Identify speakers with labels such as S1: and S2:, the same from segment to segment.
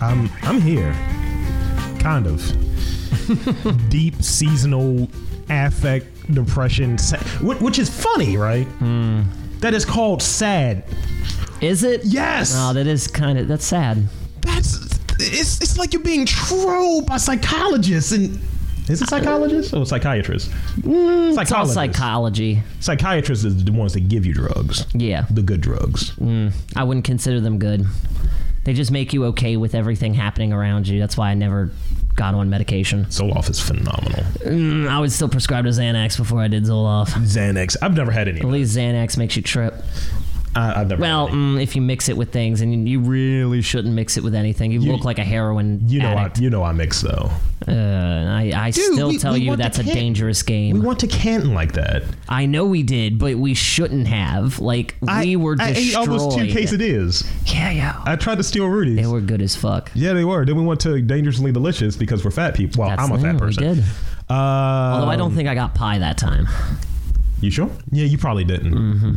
S1: I'm here. Kind of. Deep seasonal affect depression, sa- whi- which is funny, right?
S2: Hmm.
S1: That is called sad.
S2: Is it?
S1: Yes.
S2: No, that is kind of that's sad.
S1: That's it's it's like you're being trolled by psychologists and is it psychologists or psychiatrists?
S2: Mm, It's all
S1: Psychologists.
S2: psychology.
S1: Psychiatrists is the ones that give you drugs,
S2: Yeah, Mm.
S1: the good drugs.
S2: I wouldn't consider them good. They just make you okay with everything happening around you. That's why I never got on medication.
S1: Zoloft is phenomenal.
S2: Mm, I was still prescribed a Xanax before I did Zoloft.
S1: Xanax. I've never had any.
S2: At least Xanax makes you trip.
S1: I, I've never.
S2: Well,
S1: had any.
S2: mm, if you mix it with things, and you really shouldn't mix it with anything, you, look like a heroin
S1: you know, I,
S2: addict.
S1: you know, I mix though.
S2: I, uh, I, I still
S1: we-
S2: tell
S1: we
S2: you
S1: want the
S2: that's a
S1: kid.
S2: dangerous
S1: We
S2: game.
S1: went to Canton like that.
S2: I know we did, but we shouldn't have. Like we
S1: I,
S2: were
S1: I
S2: destroyed.
S1: ate almost two quesadillas.
S2: Yeah, yeah.
S1: I tried to steal Rudy's.
S2: They were good as fuck.
S1: yeah, they were. Then we went to Dangerously Delicious because we're fat people. Well,
S2: That's-
S1: Oh, I'm a
S2: yeah,
S1: fat
S2: we
S1: person.
S2: did.
S1: Uh,
S2: Although I don't think I got pie that time.
S1: You sure? Yeah, you probably didn't.
S2: Mm-hmm.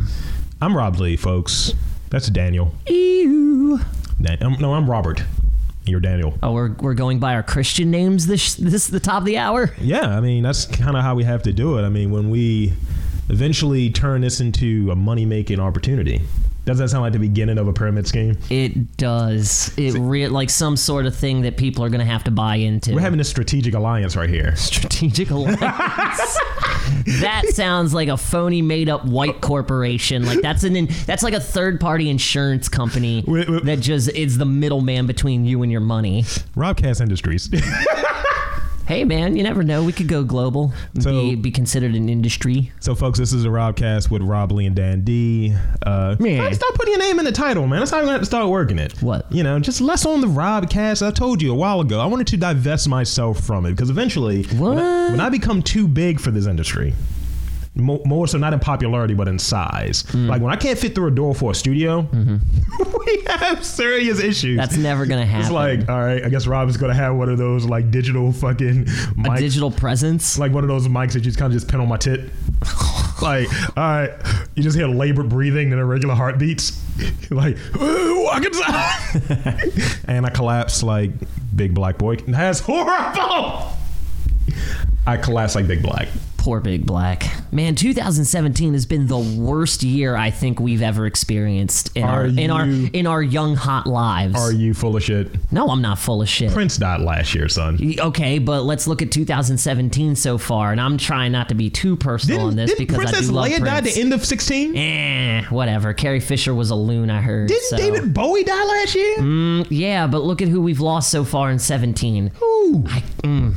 S1: I'm Rob Lee, folks. That's Daniel.
S2: Ew.
S1: Dan- um, no, I'm Robert. You're Daniel.
S2: Oh, we're, we're going by our Christian names this this the top of the hour.
S1: Yeah, I mean that's kind of how we have to do it. I mean, when we eventually turn this into a money making opportunity, does that sound like the beginning of a pyramid scheme?
S2: It does. It re- like some sort of thing that people are going to have to buy into.
S1: We're having a strategic alliance right here.
S2: strategic alliance. that sounds like a phony, made-up white corporation. Like that's an in, that's like a third-party insurance company
S1: Wait, wait.
S2: that just is the middleman between you and your money.
S1: Robcast Industries.
S2: Hey, man, you never know. We could go global. and
S1: So-
S2: be, be considered an industry.
S1: so, folks, this is the Robcast with Rob Lee and Dan D. Uh,
S2: Yeah.
S1: try to Stop putting your name in the title, man. That's how I'm gonna have to start working it.
S2: What?
S1: You know, just less on the Robcast. I told you a while ago. I wanted to divest myself from it because eventually, When, I,
S2: What?
S1: when I become too big for this industry. More, more so, not in popularity, but in size.
S2: Hmm.
S1: Like when I can't fit through a door for a studio, we have serious issues.
S2: Mm-hmm. That's never gonna happen.
S1: it's like, all right, I guess Rob is gonna have one of those like digital fucking
S2: a
S1: mic
S2: digital presence.
S1: it's like one of those mics that you just kind of just pin on my tit. like, all right, you just hear labored breathing and irregular heartbeats. like, "Ooh, I can die." and I collapse like Big Black Boy. That's horrible. I collapse like Big Black.
S2: Poor Big Black. Man, 2017 has been the worst year I think we've ever experienced in our
S1: Are
S2: in our
S1: you-
S2: in our young hot lives.
S1: Are you full of shit?
S2: no, I'm not full of shit.
S1: Prince died last year, son.
S2: Okay, but let's look at 2017 so far, and I'm trying not to be too personal on this because I do
S1: Princess
S2: love
S1: Leia die at
S2: Prince.
S1: the end of 16?
S2: Eh, whatever. Carrie Fisher was a loon, I heard.
S1: Didn't
S2: so-
S1: David Bowie die last year?
S2: Mm, yeah, but look at who we've lost so far in 17.
S1: Ooh.
S2: I, mm.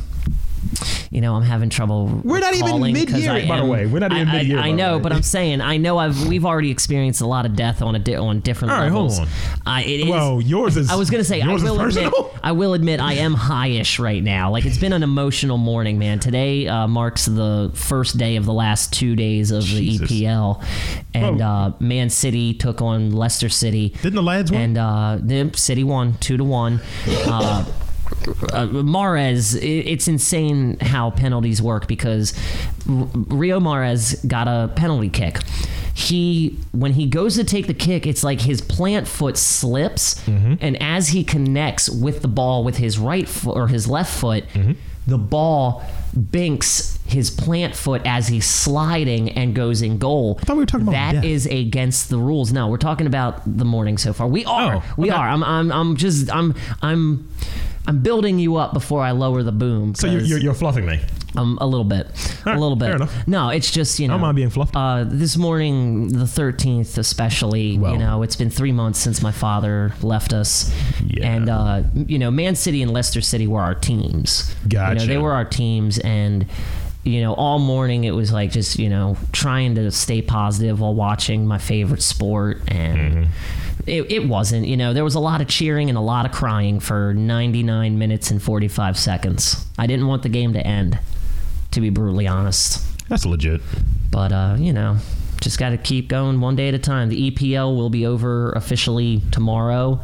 S2: you know, I'm having trouble.
S1: We're not even
S2: recalling 'cause
S1: mid-year,
S2: I
S1: by the
S2: am-
S1: way. We're not even
S2: I- I-
S1: mid-year, by
S2: I
S1: the
S2: know,
S1: way.
S2: but I'm saying I know I've we've already experienced a lot of death on a di- on different
S1: All right, hold
S2: levels.
S1: on.
S2: I, it is,
S1: Well, yours is.
S2: I was gonna say I
S1: yours is
S2: will admit
S1: personal.
S2: I will admit I am highish right now. Like it's been an emotional morning, man. Today uh, marks the first day of the last two days of
S1: Jesus.
S2: the EPL, and
S1: Well-
S2: uh, Man City took on Leicester City.
S1: Didn't the lads win?
S2: And uh, the City won two to one. Uh, uh, Mares, it, it's insane how penalties work because R- Rio Mares got a penalty kick. He, when he goes to take the kick, it's like his plant foot slips,
S1: Mm-hmm.
S2: and as he connects with the ball with his right foot or his left foot,
S1: Mm-hmm.
S2: the ball binks his plant foot as he's sliding and goes in goal. I
S1: thought we were talking about
S2: that
S1: death.
S2: is is against the rules. No, we're talking about the morning so far. We are.
S1: Oh,
S2: We are. I'm, I'm I'm just I'm I'm I'm building you up before I lower the boom.
S1: so you're,
S2: 'cause
S1: you're, you're fluffing me.
S2: I'm a little bit.
S1: right,
S2: a little bit.
S1: fair enough.
S2: No, it's just, you know.
S1: don't mind being fluffed.
S2: Uh, this morning, the 13th, especially,
S1: Well.
S2: you know, it's been three months since my father left us.
S1: Yeah.
S2: And, uh, you know, Man City and Leicester City were our teams. You
S1: Gotcha.
S2: know, they were our teams. And, you know, all morning it was like just, you know, trying to stay positive while watching my favorite sport. And
S1: Mm-hmm.
S2: it, it wasn't, you know, there was a lot of cheering and a lot of crying for 99 minutes and 45 seconds. I didn't want the game to end, to be brutally honest.
S1: That's legit.
S2: But uh, you know, E just got to keep going one day at a time. The EPL will be over officially tomorrow.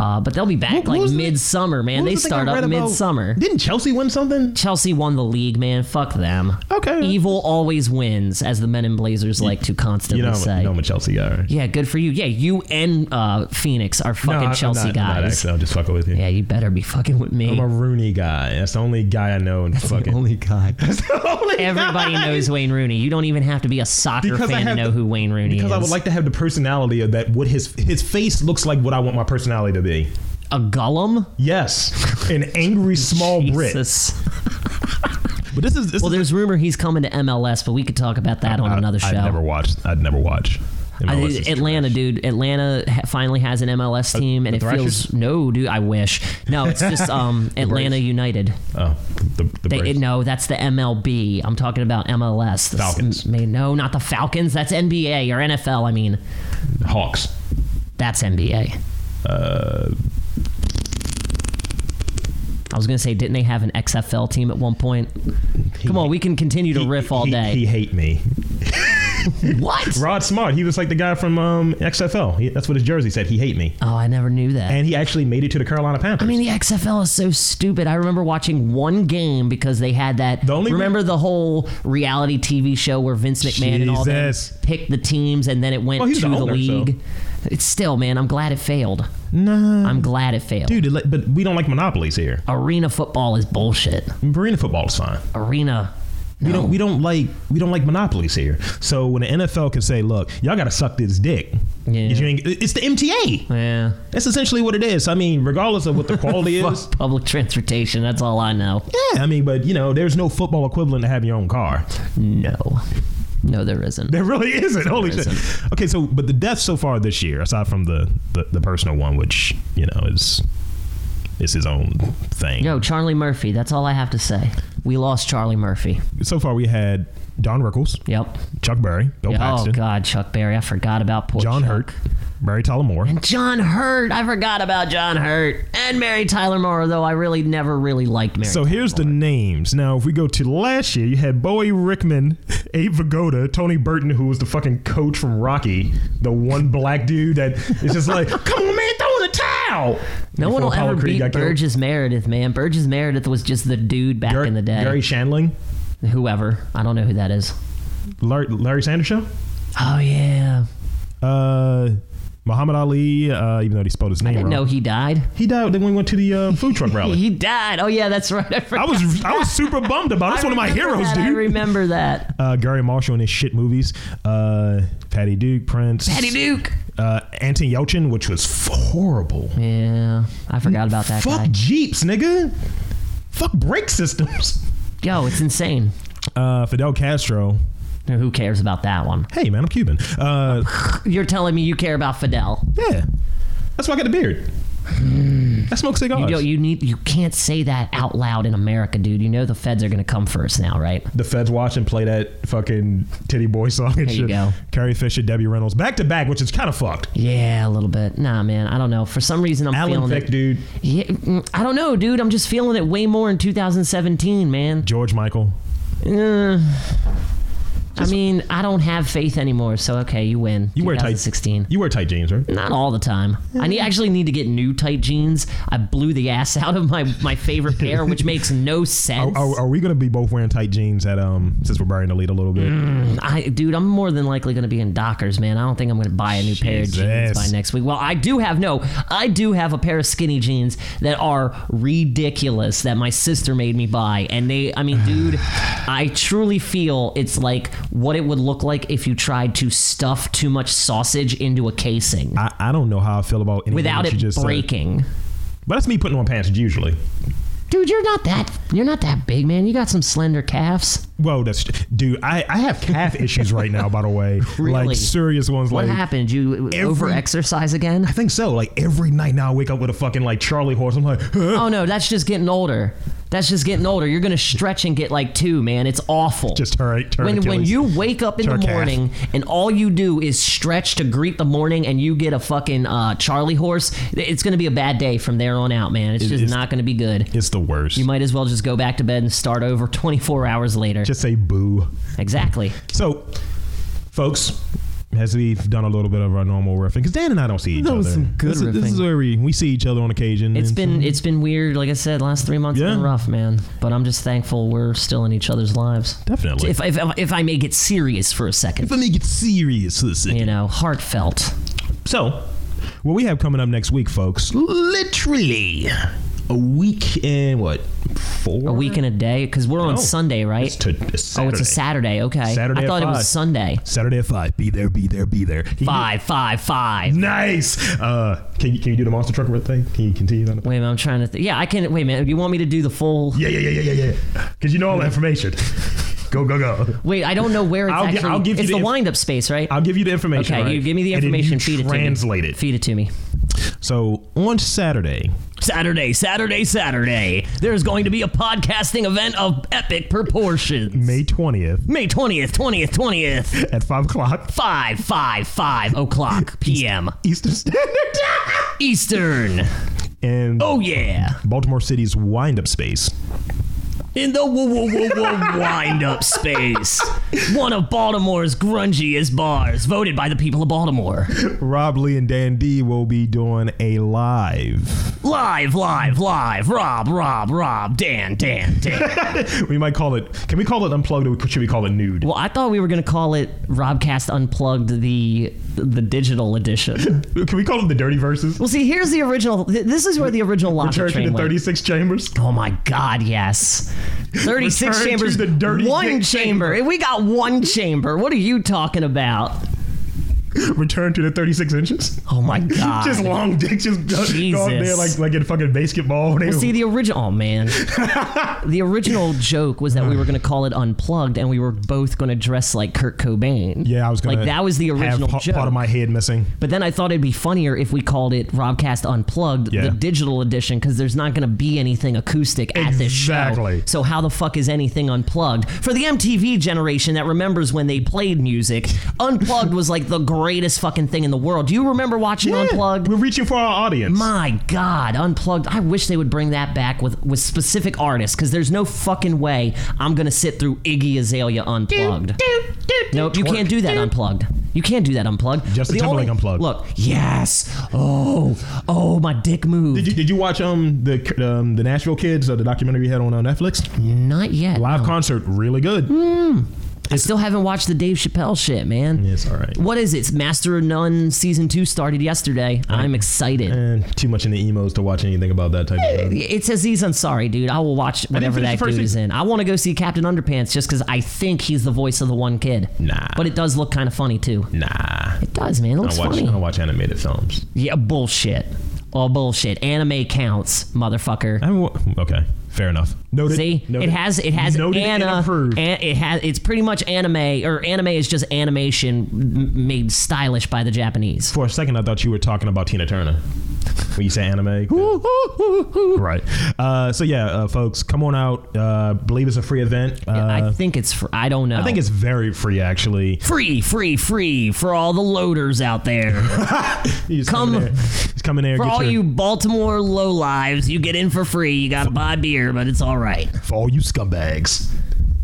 S2: Uh, but they'll be back
S1: What- what was
S2: like
S1: the-
S2: midsummer, man.
S1: what
S2: They
S1: was the thing I
S2: start up
S1: read about-
S2: midsummer.
S1: Didn't Chelsea win something?
S2: Chelsea won the league, man. Fuck them.
S1: Okay.
S2: Evil always wins, as the men in blazers like to constantly
S1: You know, I'm a-
S2: say.
S1: you know I'm a Chelsea guy. Right?
S2: yeah, good for you. Yeah, you and uh, Phoenix are
S1: No,
S2: fucking
S1: I'm
S2: Chelsea
S1: not,
S2: guys.
S1: I'm not actually. I'm just fucking with you.
S2: Yeah, you better be fucking with me.
S1: I'm a Rooney guy. That's the only guy I know. And fucking
S3: Only guy.
S1: That's the only
S2: Everybody
S1: guy.
S2: knows Wayne Rooney. You don't even have to be a soccer
S1: Because I
S2: fan to
S1: have
S2: know
S1: the-
S2: who Wayne Rooney
S1: Because
S2: is.
S1: I would like to have the personality of that. What his his face looks like. What I want my personality to be.
S2: a Gollum.
S1: Yes, an angry small Brit.
S2: Jesus.
S1: But this is this
S2: Well,
S1: is,
S2: there's rumor he's coming to MLS, but we could talk about that on another show.
S1: I'd never watch. I'd never watch.
S2: I-
S1: MLS is
S2: Atlanta,
S1: trash.
S2: dude. Atlanta ha- finally has an MLS team, and
S1: Uh, the
S2: it
S1: Thrashers?
S2: feels no, dude. I wish. No, it's just um, Atlanta United.
S1: Oh, the, the
S2: They,
S1: Braves.
S2: no, that's the MLB. I'm talking about MLS. The s-
S1: Falcons.
S2: may- no, not the Falcons. That's NBA or NFL. I mean,
S1: Hawks.
S2: that's NBA.
S1: Uh,
S2: I was gonna say, didn't they have an XFL team at one point? Come on, we can continue to riff all
S1: he-
S2: day.
S1: He, hate me.
S2: what?
S1: Rod Smart. He was like the guy from um, XFL. He, that's what his jersey said. He hate me.
S2: Oh, I never knew that.
S1: And he actually made it to the Carolina Panthers.
S2: I mean, the XFL is so stupid. I remember watching one game because they had that.
S1: The only
S2: remember the whole reality TV show where Vince McMahon and all them
S1: Jesus.
S2: picked the teams, and then it went
S1: Well,
S2: to
S1: he's
S2: the
S1: the owner, so-
S2: league. It's still, man. I'm glad it failed.
S1: no,
S2: I'm glad it failed.
S1: Mm-hmm. dude. it like- But we don't like monopolies here.
S2: Arena football is bullshit.
S1: Arena football is fine.
S2: Arena.
S1: We don't. We don't like. We don't like monopolies here. So when the NFL can say, "Look, y'all got to suck this dick,"
S2: Yeah.
S1: 'Cause you ain't- it's the MTA.
S2: Yeah.
S1: That's essentially what it is. I mean, regardless of what the quality is.
S2: Fuck public transportation. That's all I know.
S1: Yeah, I mean, but you know, there's no football equivalent to having your own car.
S2: No. No, there isn't.
S1: There really isn't. Holy
S2: There
S1: shit.
S2: isn't.
S1: Okay, so but the deaths so far this year, aside from the the, the personal one, which you know is is his own thing.
S2: Yo, Charlie Murphy. That's all I have to say. We lost Charlie Murphy.
S1: So far, we had Don Rickles,
S2: Yep.
S1: Chuck Berry, Bill
S2: Yeah, Oh
S1: Paxton,
S2: God, Chuck Berry, I forgot about poor
S1: John
S2: Chuck.
S1: Hurt, Mary Tyler Moore.
S2: And John Hurt, I forgot about John Hurt and Mary Tyler Moore, though I really never really liked Mary.
S1: So here's the names. Now, if we go to last year, you had Bowie Rickman, Abe Vigoda, Tony Burton, who was the fucking coach from Rocky, the one black dude that is just like, come on, man, throw in the towel.
S2: no one
S1: Before
S2: will
S1: Apollo
S2: ever
S1: Creed
S2: beat
S1: got killed.
S2: Burgess Meredith, man. Burgess Meredith was just the dude back
S1: Gar-
S2: in the day.
S1: Gary Shandling,
S2: Whoever, I don't know who that is.
S1: Larry, Larry Sanders Show,
S2: Oh yeah,
S1: uh, Muhammad Ali, uh, even though he spelled his name
S2: didn't
S1: wrong.
S2: know he died.
S1: He died when we went to the uh, food truck rally.
S2: He died. Oh yeah, that's right. I
S1: I
S2: forgot.
S1: was I was super bummed about. it. That's one of my
S2: remember
S1: heroes,
S2: that. I
S1: dude.
S2: remember that.
S1: Uh, Gary Marshall in his shit movies. Uh, Patty Duke, Prince.
S2: Patty Duke.
S1: uh, Anton Yelchin, which was f- horrible.
S2: Yeah, I forgot about that
S1: Fuck
S2: guy.
S1: Jeeps, nigga. Fuck brake systems.
S2: Yo, it's insane.
S1: Uh, Fidel Castro.
S2: Who cares about that one?
S1: Hey, man, I'm Cuban. Uh,
S2: You're telling me you care about Fidel?
S1: yeah. That's why I got a beard. I smoke
S2: Hmm. You
S1: cigars.
S2: don't, you need you can't say that out loud in America, dude. You know the feds are gonna come first now, right?
S1: the feds watch and play that fucking Titty Boy song and
S2: There you
S1: shit.
S2: go.
S1: Carrie Fisher, Debbie Reynolds. Back to back, which is kind of fucked.
S2: Yeah, a little bit. Nah, man, I don't know. For some reason, I'm
S1: Alan
S2: feeling
S1: Thick,
S2: it.
S1: dude.
S2: Yeah, mm, I don't know, dude. I'm just feeling it way more in 2017, man.
S1: George Michael.
S2: Uh, I mean, I don't have faith anymore. So okay, you win.
S1: You wear tight.
S2: 2016.
S1: You wear tight jeans, right?
S2: Not all the time. I need, actually need to get new tight jeans. I blew the ass out of my, my favorite pair, which makes no sense.
S1: Are, are, are we gonna be both wearing tight jeans at um since we're burying the lead a little bit?
S2: I, dude, I'm more than likely going to be in Dockers, man. I don't think I'm going to buy a new pair of jeans
S1: Jesus.
S2: by next week. Well, I do have no, I do have a pair of skinny jeans that are ridiculous that my sister made me buy, and they, I mean, dude, I truly feel it's like what it would look like if you tried to stuff too much sausage into a casing
S1: I, I don't know how I feel about anything
S2: without
S1: that you
S2: it
S1: just said.
S2: breaking.
S1: But that's me putting on pants usually.
S2: Dude, you're not that you're not that big, man. You got some slender calves.
S1: Whoa, that's dude. I, I have calf issues right now. By the way,
S2: Really?
S1: like serious ones.
S2: What
S1: like
S2: happened? You
S1: every-
S2: over exercise again?
S1: I think so. Like every night now, I wake up with a fucking like Charlie horse. I'm like, huh?
S2: Oh no, that's just getting older. That's just getting older. You're gonna stretch and get like two, man. It's awful.
S1: just hurt. Turn
S2: when when
S1: Achilles.
S2: you wake up in
S1: Turn
S2: the
S1: calf.
S2: morning and all you do is stretch to greet the morning, and you get a fucking uh, Charlie horse, it's gonna be a bad day from there on out, man. It's just
S1: it's-
S2: not gonna be good.
S1: it's the worst.
S2: You might as well just go back to bed and start over 24 hours later.
S1: just say boo.
S2: exactly.
S1: So, folks, As we've done a little bit of our normal riffing, because Dan and I don't see each
S3: That
S1: other.
S3: was some good
S1: this, is- this
S2: riffing.
S1: is where we, we see each other on occasion.
S2: It's
S1: and
S2: been it's been weird. Like I said, last three months have been
S1: Yeah.
S2: rough, man. But I'm just thankful we're still in each other's lives.
S1: definitely.
S2: If, if, if I may get serious for a second,
S1: If I may get serious, listen.
S2: you know, heartfelt.
S1: So, what we have coming up next week, folks, literally a week and what? Four?
S2: A week and a day, because we're on
S1: No.
S2: Sunday, right?
S1: It's to- it's
S2: Oh, it's a Saturday. Okay,
S1: Saturday
S2: I
S1: at
S2: thought it
S1: five.
S2: was Sunday.
S1: Saturday at 5. Be there, be there, be there. Can you-
S2: Five, five, five.
S1: nice. Uh, can, you, can you do the monster truck thing? Can you continue that?
S2: Wait a minute, I'm trying to. Th- yeah, I can. Wait a minute. You want me to do the full?
S1: Yeah, yeah, yeah, yeah, yeah, yeah. Because you know all the information. go, go, go.
S2: Wait, I don't know where it's
S1: I'll gi-
S2: actually.
S1: I'll give you
S2: it's
S1: the
S2: the
S1: inf-
S2: wind-up space, right?
S1: I'll give you the information.
S2: okay,
S1: right?
S2: you give me the
S1: And then you
S2: information. feed it.
S1: Translate
S2: to me.
S1: it.
S2: Feed it to me.
S1: So on Saturday,
S2: Saturday, Saturday, Saturday. There's going to be a podcasting event of epic proportions.
S1: May 20th
S2: May 20th, 20th, 20th,
S1: at 5 o'clock
S2: 5, 5, 5 o'clock p.m.
S1: Eastern Standard Time
S2: Eastern.
S1: in
S2: Oh, yeah.
S1: Baltimore City's wind up space.
S2: In the woo woo woo woo wind up space. One of Baltimore's grungiest bars, voted by the people of Baltimore.
S1: Rob Lee and Dan D will be doing a live.
S2: Live, live, live. Rob, Rob, Rob. Dan, Dan, Dan.
S1: we might call it. Can we call it unplugged or should we call it nude?
S2: Well, I thought we were going to call it Robcast Unplugged, the, the digital edition.
S1: Can we call it the dirty verses?
S2: Well, see, here's the original. th- This is where the original logic
S1: Return to
S2: train
S1: the
S2: went.
S1: 36 chambers.
S2: Oh my God! Yes, thirty-six
S1: Return to
S2: chambers.
S1: the dirty
S2: one
S1: dick
S2: chamber. We got one chamber. What are you talking about?
S1: Return to the 36 inches.
S2: Oh my God!
S1: Just long dick, just go, go up there
S2: Jesus.
S1: like like in fucking basketball. They-
S2: See the original. Oh man, the original joke was that we were
S1: Hmm.
S2: going to call it unplugged, and we were both going to dress like Kurt Cobain.
S1: yeah, I was gonna
S2: like that was the
S1: have
S2: original
S1: pa-
S2: joke.
S1: part of my head missing.
S2: But then I thought it'd be funnier if we called it Robcast Unplugged,
S1: Yeah.
S2: the digital edition, because there's not going to be anything acoustic at this show.
S1: Exactly.
S2: So how the fuck is anything unplugged? For the MTV generation that remembers when they played music, Unplugged was like the greatest fucking thing in the world. Do you remember watching
S1: Yeah,
S2: Unplugged?
S1: We're reaching for our audience.
S2: My God, Unplugged. I wish they would bring that back with, with specific artists because there's no fucking way I'm going to sit through Iggy Azalea Unplugged. Nope, you can't do that unplugged. You can't do that unplugged.
S1: Justin
S2: The
S1: Timberlake unplugged.
S2: Look, yes. Oh, oh, my dick moved.
S1: Did you, did you watch um the um, the Nashville Kids uh, the documentary we had on uh, Netflix?
S2: Not yet.
S1: Live concert, really good.
S2: Hmm. I still haven't watched the Dave Chappelle shit, man.
S1: It's all right.
S2: What is it? Master of None season two started yesterday. I'm excited.
S1: And too much in the emos to watch anything about that type of stuff.
S2: It says he's sorry, dude. I will watch whatever
S1: finish
S2: that
S1: the
S2: dude
S1: first
S2: is
S1: season.
S2: in. I want to go see Captain Underpants just because I think he's the voice of the one kid.
S1: Nah.
S2: But it does look kind of funny too.
S1: Nah.
S2: It does, man. It
S1: I
S2: looks
S1: watch, I
S2: funny.
S1: don't watch animated films.
S2: Yeah, bullshit. All bullshit. Anime counts, motherfucker.
S1: I mean, wh- okay, fair enough. Noted.
S2: See,
S1: Noted.
S2: it has it has
S1: Noted and
S2: Anna.
S1: approved.
S2: an- it has it's pretty much anime or anime is just animation m- made stylish by the Japanese.
S1: For a second, I thought you were talking about Tina Turner. When you say anime, right? Uh, so yeah, uh, folks, come on out. Uh, believe it's a free event. Uh,
S2: I think it's fr- I don't know.
S1: I think it's very free, actually.
S2: free, free, free for all the loaders out there.
S1: You just
S2: Come-
S1: in there. Just come in there.
S2: for
S1: get
S2: all
S1: your,
S2: you Baltimore low lives, you get in for free. You gotta buy beer, but it's all right.
S1: for all you scumbags.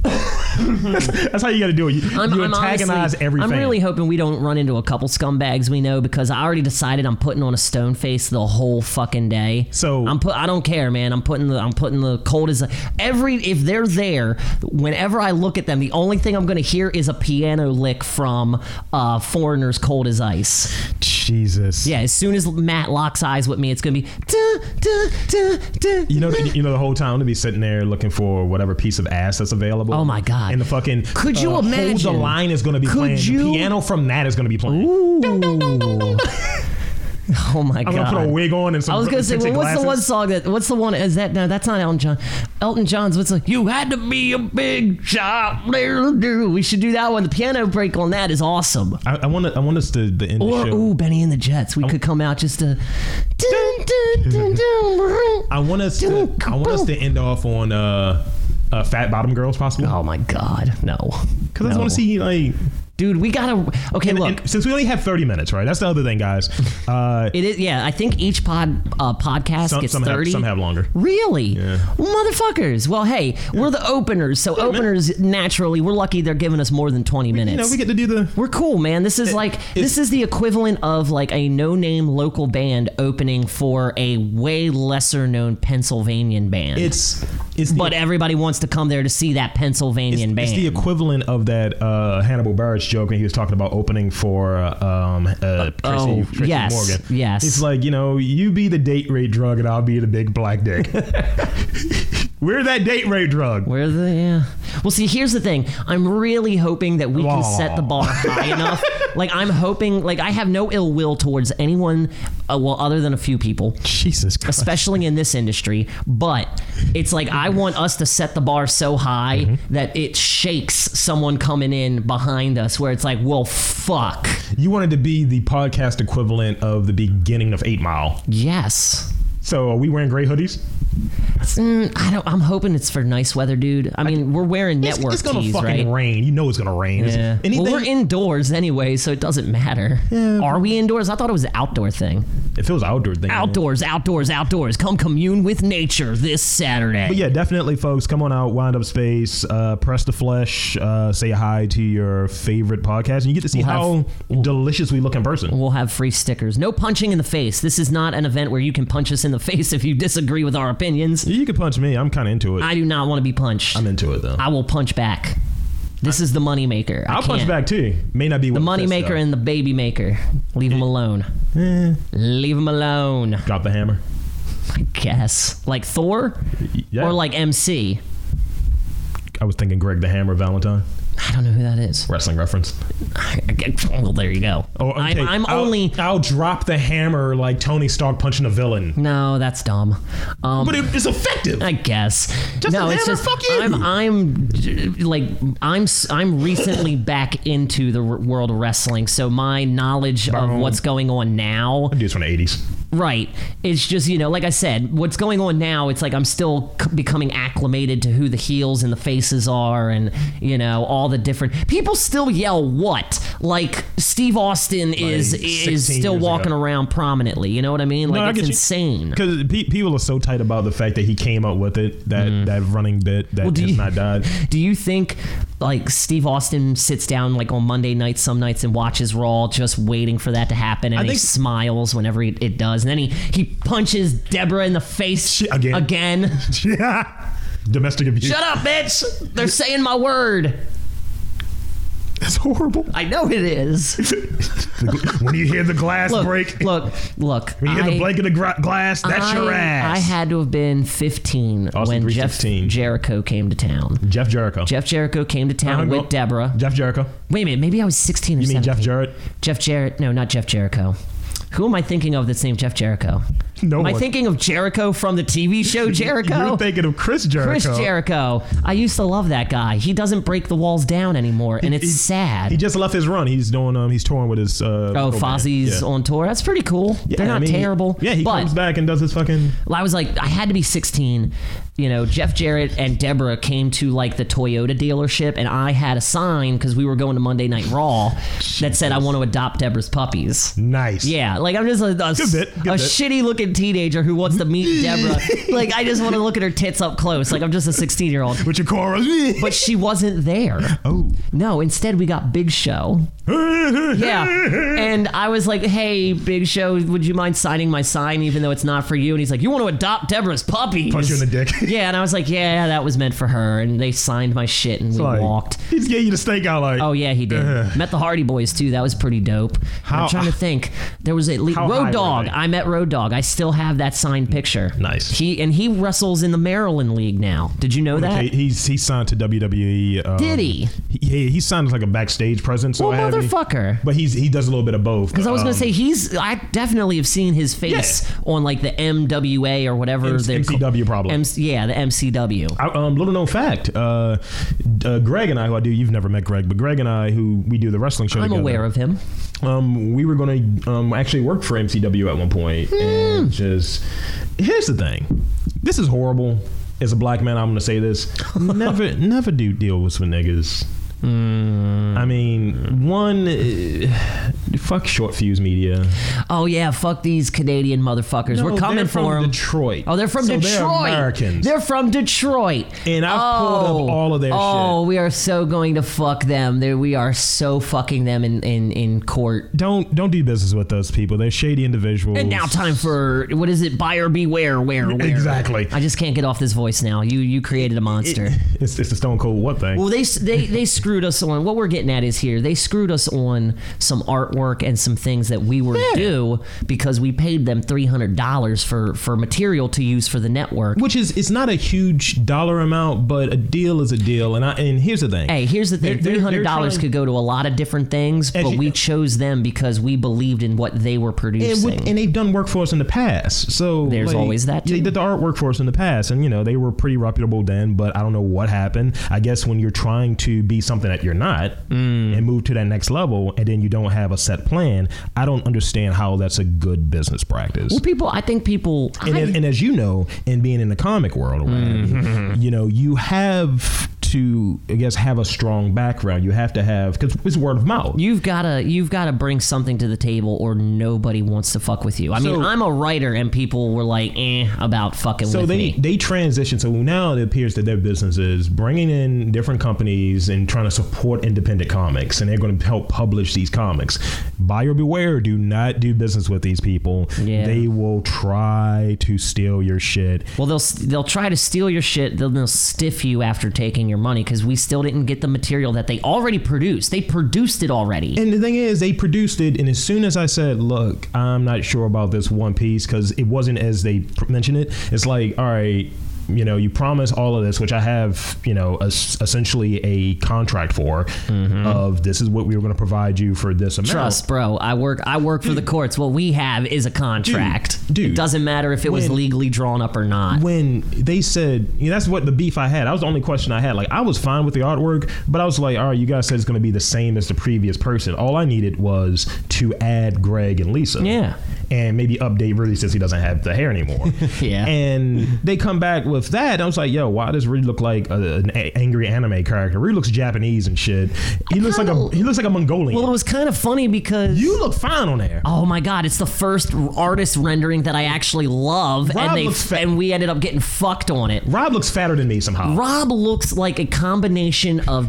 S1: That's how you got to do it. You, you antagonize
S2: honestly-
S1: every
S2: I'm
S1: fan.
S2: really hoping we don't run into a couple scumbags we know because I already decided I'm putting on a stone face the whole fucking day.
S1: So-
S2: I'm put. I don't care, man. I'm putting the. I'm putting the cold as every. If they're there, whenever I look at them, the only thing I'm going to hear is a piano lick from uh, Foreigner's "Cold as Ice."
S1: Jesus.
S2: Yeah, as soon as Matt locks eyes with me, it's going to be. Duh, duh, duh, duh.
S1: You know, you know the whole time to be sitting there looking for whatever piece of ass that's available.
S2: Oh, my God.
S1: And the fucking uh,
S2: Could you
S1: Hold the
S2: imagine?
S1: line is going to be
S2: Could
S1: playing.
S2: you-
S1: The piano from that is going to be playing.
S2: Ooh. Oh my god!
S1: I'm going to put a wig on and some.
S2: I was gonna say, well,
S1: tinted
S2: what's the one
S1: glasses.
S2: song that? What's the one? Is that no? That's not Elton John. Elton John's. What's the? You had to be a big shot. little dude." We should do that one. The piano break on that is awesome.
S1: I, I want to. I want us to the end of
S2: Or
S1: the show.
S2: ooh, Benny and the Jets. We could come out just to. Dun, dun, dun, dun.
S1: I want us. To, I want us to end off on uh, uh, fat bottom girls, possible.
S2: Oh my God! No.
S1: Because I just want to see like
S2: Dude, we gotta. Okay,
S1: And-
S2: look.
S1: and since we only have 30 minutes, right? That's the other thing, guys. Uh,
S2: it is. Yeah, I think each pod uh, podcast
S1: some,
S2: gets
S1: some have,
S2: thirty.
S1: some have longer.
S2: Really? Motherfuckers. Well, hey, we're the openers, so openers naturally, we're lucky they're giving us more than 20 minutes.
S1: You know, we get to do the.
S2: are cool, man. This is like this is the equivalent of like a no-name local band opening for a way lesser-known Pennsylvanian band.
S1: It's it's the,
S2: but everybody wants to come there to see that Pennsylvanian
S1: it's,
S2: band.
S1: it's the equivalent of that uh, Hannibal Burridge joke when he was talking about opening for uh, um, uh, Tracy,
S2: oh,
S1: Tracy
S2: yes,
S1: Morgan.
S2: yes.
S1: It's like you know, you be the date rape drug, and I'll be the big black dick. We're that date rape drug.
S2: Where the yeah. Well, see, here's the thing. I'm really hoping that we can
S1: Wow.
S2: set the bar high enough. Like I'm hoping. Like I have no ill will towards anyone, uh, well, other than a few people,
S1: Jesus Christ.
S2: especially in this industry. But it's like I want us to set the bar so high
S1: Mm-hmm.
S2: that it shakes someone coming in behind us, where it's like, well, fuck,
S1: You wanted to be the podcast equivalent of the beginning of Eight Mile.
S2: yes.
S1: So are we wearing gray hoodies?
S2: Mm, I don't. I'm hoping it's for nice weather, dude. I mean, we're wearing
S1: It's,
S2: network
S1: it's gonna
S2: tees,
S1: fucking
S2: right?
S1: rain. You know it's gonna rain. It's-
S2: Yeah.
S1: Anything,
S2: well, we're indoors anyway, so it doesn't matter. Are we indoors? I thought it was an outdoor thing.
S1: if it was outdoor thing.
S2: Outdoors, outdoors, outdoors. Come commune with nature this Saturday.
S1: But yeah, definitely, folks. Come on out, wind up space, uh, press the flesh, uh, say hi to your favorite podcast, and you get to see
S2: We'll
S1: how
S2: have-
S1: delicious we look in person.
S2: We'll have free stickers. No punching in the face. This is not an event where you can punch us in the face if you disagree with our opinions.
S1: You can punch me. I'm kind of into it. I,
S2: I do not want to be punched.
S1: am into it though.
S2: I will punch back. This is the moneymaker. I
S1: I'll punch
S2: can't.
S1: back too. May not be
S2: The moneymaker and the baby maker. Leave them alone.
S1: and
S2: Leave them alone.
S1: Eh, drop the hammer.
S2: I guess. Like Thor?
S1: Yeah.
S2: Or like MC?
S1: I was thinking Greg the Hammer Valentine
S2: I don't know who that is.
S1: wrestling reference.
S2: well, there you go.
S1: Oh, okay.
S2: I'm, I'm
S1: I'll-
S2: only.
S1: I'll drop the hammer like Tony Stark punching a villain,
S2: No, that's dumb. Um,
S1: but it, it's effective.
S2: I guess.
S1: Just
S2: no,
S1: an
S2: it's
S1: hammer,
S2: just
S1: fuck you.
S2: I'm I'm like I'm s- I'm recently back into the r- world of wrestling, so my knowledge of
S1: Boom.
S2: what's going on now,
S1: Dude's from the '80s.
S2: right? It's just you know, like I said, what's going on now. It's like I'm still c- becoming acclimated to who the heels and the faces are, and you know all the different people still yell what like Steve Austin is
S1: 16
S2: is still
S1: years
S2: walking
S1: ago.
S2: around prominently. You know what I mean? Like
S1: I
S2: it's
S1: get you.
S2: insane.
S1: Because pe- people are so tight about the fact that he came up with it, that that running bit that
S2: Mm-hmm. do
S1: has
S2: you-
S1: not died.
S2: Do you think like Steve Austin sits down like on Monday nights, some nights, and watches Raw, just waiting for that to happen, and he
S1: think-
S2: smiles whenever it, it does, and then he he punches Deborah in the face
S1: Shit, again.
S2: Again.
S1: yeah. Domestic abuse.
S2: Shut up, bitch! They're saying my word.
S1: That's horrible.
S2: I know it is.
S1: when you hear the glass
S2: Look,
S1: break,
S2: look, look.
S1: when you hear
S2: I-
S1: the blanket of gra- glass, that's your
S2: I-
S1: ass.
S2: I had to have been 15 when Jeff
S1: 316.
S2: Jericho came to town.
S1: Jeff Jericho.
S2: Jeff Jericho came to town
S1: I'm
S2: with
S1: go-
S2: Deborah.
S1: Jeff Jericho.
S2: Wait a minute, maybe I was 16 or
S1: You mean
S2: 17.
S1: Jeff Jarrett?
S2: Jeff Jarrett. No, not Jeff Jericho. Who am I thinking of that's named Jeff Jericho?
S1: No
S2: Am I
S1: one.
S2: thinking of Jericho from the TV show Jericho?
S1: You're thinking of Chris Jericho.
S2: Chris Jericho. I used to love that guy. He doesn't break the walls down anymore, and it's
S1: he-
S2: sad.
S1: He just left his run. He's doing. Um, he's touring with his. Uh,
S2: Oh,
S1: co-band.
S2: Fozzie's
S1: Yeah.
S2: on tour. That's pretty cool.
S1: Yeah,
S2: They're
S1: I
S2: not
S1: mean, he-
S2: terrible.
S1: Yeah, he
S2: but
S1: comes back and does his fucking.
S2: I was like, I had to be 16. You know, Jeff Jarrett and Deborah came to like the Toyota dealership, and I had a sign because we were going to Monday Night Raw that said, I want to adopt Deborah's puppies.
S1: Nice.
S2: Yeah, like I'm just a, a,
S1: Good bit, good
S2: a
S1: bit.
S2: shitty looking teenager who wants to meet Deborah. like I just want to look at her tits up close. Like I'm just a 16 year old.
S1: With your car.
S2: But she wasn't there.
S1: oh.
S2: No, instead we got Big Show. Yeah. And I was like, hey, Big Show, would you mind signing my sign even though it's not for you? And he's like, you want to adopt Deborah's puppy?
S1: Punch you in the dick.
S2: Yeah, and I was like, yeah, that was meant for her. And they signed my shit and we
S1: Like,
S2: walked.
S1: He's getting you to stake out like.
S2: Oh yeah, he did.
S1: Ugh.
S2: Met the Hardy Boys too. That was pretty dope. And
S1: How-
S2: I'm trying to think. There was at least
S1: How high
S2: Road
S1: were
S2: Dog.
S1: they?
S2: I met Road Dog. I still have that signed picture.
S1: Nice.
S2: He and he wrestles in the Maryland League now. Did you know that?
S1: Okay, he's he signed to WWE. Um,
S2: Did he?
S1: Yeah, he signed as like a backstage presence. So
S2: Well,
S1: I have any-
S2: motherfucker.
S1: But he's he does a little bit of both.
S2: Because I was gonna
S1: Um,
S2: say he's. I definitely have seen his face on like the MWA or whatever.
S1: M-
S2: they're called.
S1: MCW problem.
S2: MC yeah, the MCW.
S1: I, um, little known fact: uh, uh, Greg and I, who I do, you've never met Greg, but Greg and I, who we do the wrestling show
S2: I'm
S1: together,
S2: aware of him.
S1: Um, we were going to um, actually work for MCW at one point,
S2: Hmm.
S1: and just here's the thing: this is horrible. As a black man, I'm going to say this: never, never do deal with some niggas
S2: Hmm.
S1: I mean, one, uh, fuck short fuse media.
S2: Oh yeah, fuck these Canadian motherfuckers.
S1: No,
S2: We're coming
S1: they're
S2: for
S1: from
S2: 'em.
S1: Detroit.
S2: Oh, they're from
S1: So
S2: Detroit.
S1: they're Americans.
S2: They're from Detroit.
S1: And I've
S2: oh,
S1: pulled up all of their
S2: Oh,
S1: shit.
S2: we are so going to fuck them. There, we are so fucking them in in in court.
S1: Don't don't do business with those people. They're shady individuals.
S2: And now time for what is it? Buyer beware. Where? where?
S1: Exactly.
S2: I just can't get off this voice now. You you created a monster.
S1: It's, it's the Stone Cold What thing.
S2: Well, they they they screwed us on. What we're getting at is here. They screwed us on some artwork and some things that we were due because we paid them three hundred dollars for for material to use for the network.
S1: Which is it's not a huge dollar amount, but a deal is a deal. And I and here's the thing.
S2: Hey, here's the thing:
S1: They're-
S2: three
S1: they're- they're
S2: hundred dollars
S1: trying-
S2: could go to a lot of different things, but
S1: you-
S2: we chose them because we believed in what they were
S1: and,
S2: producing.
S1: with- and they've done work for us in the past. So
S2: There's
S1: like,
S2: always that,
S1: They
S2: too.
S1: did the artwork for us in the past, and you know they were pretty reputable then. But I don't know what happened. I guess when you're trying to be something that you're not
S2: Mm.
S1: and move to that next level, and then you don't have a set plan, I don't understand how that's a good business practice.
S2: well, people, I think people.
S1: and,
S2: I,
S1: and, and as you know, and being in the comic world, or what have you,
S2: Mm-hmm.
S1: you know, you have to, I guess, have a strong background. You have to have because it's word of mouth.
S2: You've gotta you've gotta bring something to the table, or nobody wants to fuck with you. I mean,
S1: So-
S2: I'm a writer, and people were like, "eh," about fucking
S1: So
S2: with
S1: they
S2: me.
S1: they transition. So now it appears that their business is bringing in different companies and trying to support independent comics, and they're going to help publish these comics. Buyer beware. Do not do business with these people.
S2: Yeah.
S1: They will try to steal your shit.
S2: Well, they'll they'll try to steal your shit. They'll, they'll stiff you after taking your money because we still didn't get the material that they already produced. They produced it already.
S1: And the thing is, they produced it, and as soon as I said, "Look, I'm not sure about this one piece," because it wasn't as they pr- mentioned it. It's like, all right. You know, you promise all of this, which I have, you know, es- essentially a contract for, of this is what we were going to provide you for this amount.
S2: Trust, bro. I work. I work for the courts. What we have is a contract.
S1: Dude, dude.
S2: it doesn't matter if it was
S1: When-
S2: legally drawn up or not.
S1: when they said you know, that's what the beef I had. That was the only question I had. Like I was fine with the artwork, but I was like, all right, you guys said it's going to be the same as the previous person. All I needed was to add Greg and Lisa.
S2: Yeah.
S1: And maybe update really since he doesn't have the hair anymore.
S2: Yeah.
S1: And they come back with that. I was like, yo, why does Reed look like a, an a- angry anime character? Reed looks Japanese and shit. He looks like a
S2: kinda-
S1: he looks like a Mongolian.
S2: well, it was kind of funny because.
S1: you look fine on there.
S2: Oh my God! It's the first artist rendering that I actually love,
S1: Rob
S2: and they
S1: looks fa-
S2: and we ended up getting fucked on it.
S1: Rob looks fatter than me somehow.
S2: Rob looks like a combination of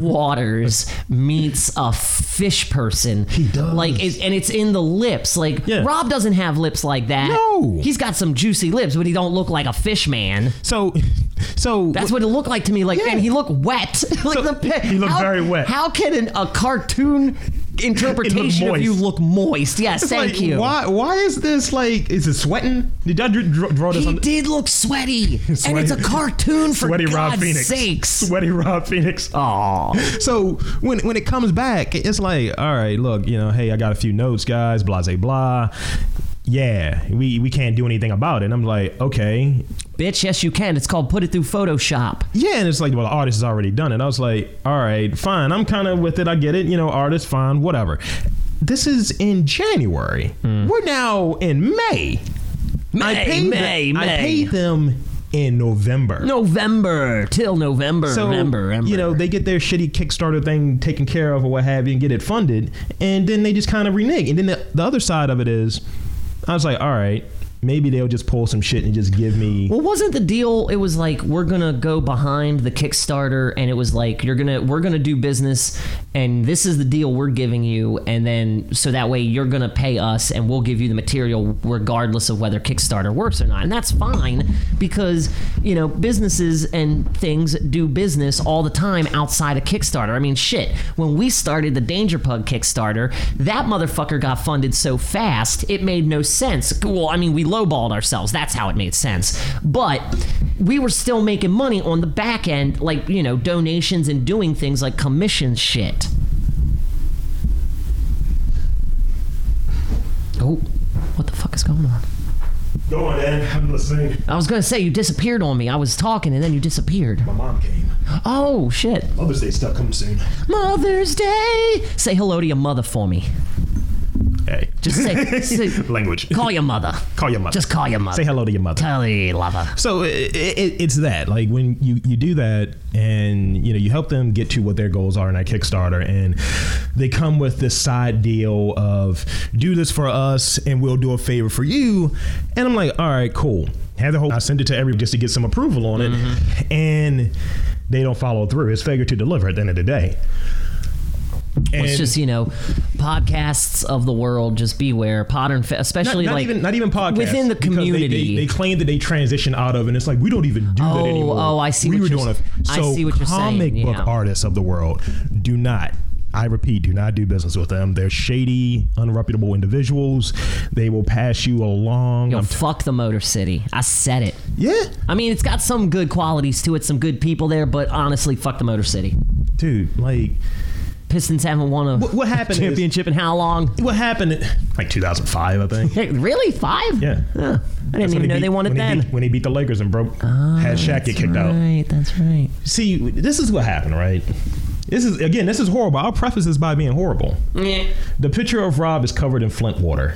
S2: Waters meets a fish person. He
S1: does.
S2: Like, it, and it's in the lips. Like,
S1: Yeah.
S2: Rob doesn't have lips like that.
S1: No.
S2: he's got some juicy lips, but he don't look like a fish man.
S1: So, so
S2: That's what it looked like to me. Like,
S1: Yeah.
S2: man, he looked wet. like the pe-
S1: he looked
S2: how-
S1: very wet.
S2: How can an, a cartoon interpretation of
S1: moist.
S2: you look moist? Yes, thank
S1: like,
S2: you.
S1: Why? Why is this like? Is it sweating? Did I dr- dr- draw this
S2: He
S1: on? The,
S2: did look sweaty, and it's a
S1: Sweaty-
S2: cartoon for
S1: sweaty Rob
S2: God's
S1: Phoenix.
S2: sakes. Oh.
S1: Sweaty Rob Phoenix.
S2: Aw.
S1: So when when it comes back, it's like, all right, look, you know, hey, I got a few notes, guys, blah, blah, blah. Yeah, we we can't do anything about it. And I'm like, okay,
S2: Bitch, yes, you can. It's called Put It Through Photoshop.
S1: yeah. And it's like, well, the artist has already done it. I was like, all right, fine. I'm kind of with it. I get it. You know, artist, fine, whatever. This is in January.
S2: Hmm.
S1: We're now in May. I
S2: May,
S1: paid
S2: May,
S1: them, I
S2: May.
S1: paid them in November.
S2: November till November.
S1: So
S2: November, November.
S1: you know they get their shitty Kickstarter thing taken care of or what have you, and get it funded, and then they just kind of renege. And then the, the other side of it is, I was like, all right, maybe they'll just pull some shit and just give me.
S2: well, wasn't the deal? It was like we're gonna go behind the Kickstarter, and it was like you're gonna we're gonna do business, and this is the deal we're giving you, and then so that way you're gonna pay us, and we'll give you the material regardless of whether Kickstarter works or not, and that's fine because you know businesses and things do business all the time outside of Kickstarter. I mean, shit. When we started the Danger Pug Kickstarter, that motherfucker got funded so fast it made no sense. Well, I mean, we lowballed ourselves. That's how it made sense. But we were still making money on the back end, like you know, donations and doing things like commission shit. Oh, what the fuck is going on?
S1: Go on, Ed. I'm listening.
S2: I was gonna say you disappeared on me. I was talking and then you disappeared.
S1: My mom came.
S2: Oh shit.
S1: Mother's Day stuff coming soon.
S2: Mother's Day. Say hello to your mother for me.
S1: Hey.
S2: Just say, say
S1: Language.
S2: Call your mother.
S1: Call your mother.
S2: Just call your mother.
S1: Say hello to your mother.
S2: Tell your lover.
S1: So it, it, it's that like when you you do that and you know you help them get to what their goals are in that Kickstarter and they come with this side deal of do this for us and we'll do a favor for you and I'm like all right cool have the whole I send it to everybody just to get some approval on it and they don't follow through it's failure to deliver at the end of the day. And
S2: it's just you know, podcasts of the world. Just beware, Potter, and fa-
S1: not,
S2: especially
S1: not
S2: like
S1: even not even podcasts
S2: within the
S1: because they- they-
S2: community.
S1: They, claim that they transition out of, and it's like we don't even do
S2: Oh,
S1: that anymore.
S2: oh, I see
S1: We
S2: what
S1: were
S2: you're
S1: doing.
S2: s-
S1: it.
S2: I
S1: so
S2: see what you're saying,
S1: comic book
S2: yeah.
S1: artists of the world do not. I repeat, do not do business with them. They're shady, unreputable individuals. They will pass you along.
S2: Yo,
S1: I'm t-
S2: fuck the Motor City. I said it.
S1: yeah,
S2: I mean, it's got some good qualities to it, some good people there, but honestly, fuck the Motor City.
S1: dude. Like,
S2: Pistons haven't won a
S1: What- what happened is-
S2: championship in how long?
S1: what happened? In, like 2005, I think.
S2: Hey, really, five?
S1: Yeah.
S2: Huh. I didn't
S1: That's when
S2: even
S1: he
S2: know
S1: beat-
S2: they won it
S1: when he
S2: then.
S1: beat- when he beat the Lakers and broke, had Shaq get kicked out.
S2: Oh, Right, that's right.
S1: See, this is what happened, right? This is again, this is horrible. I'll preface this by being horrible. The picture of Rob is covered in Flint water.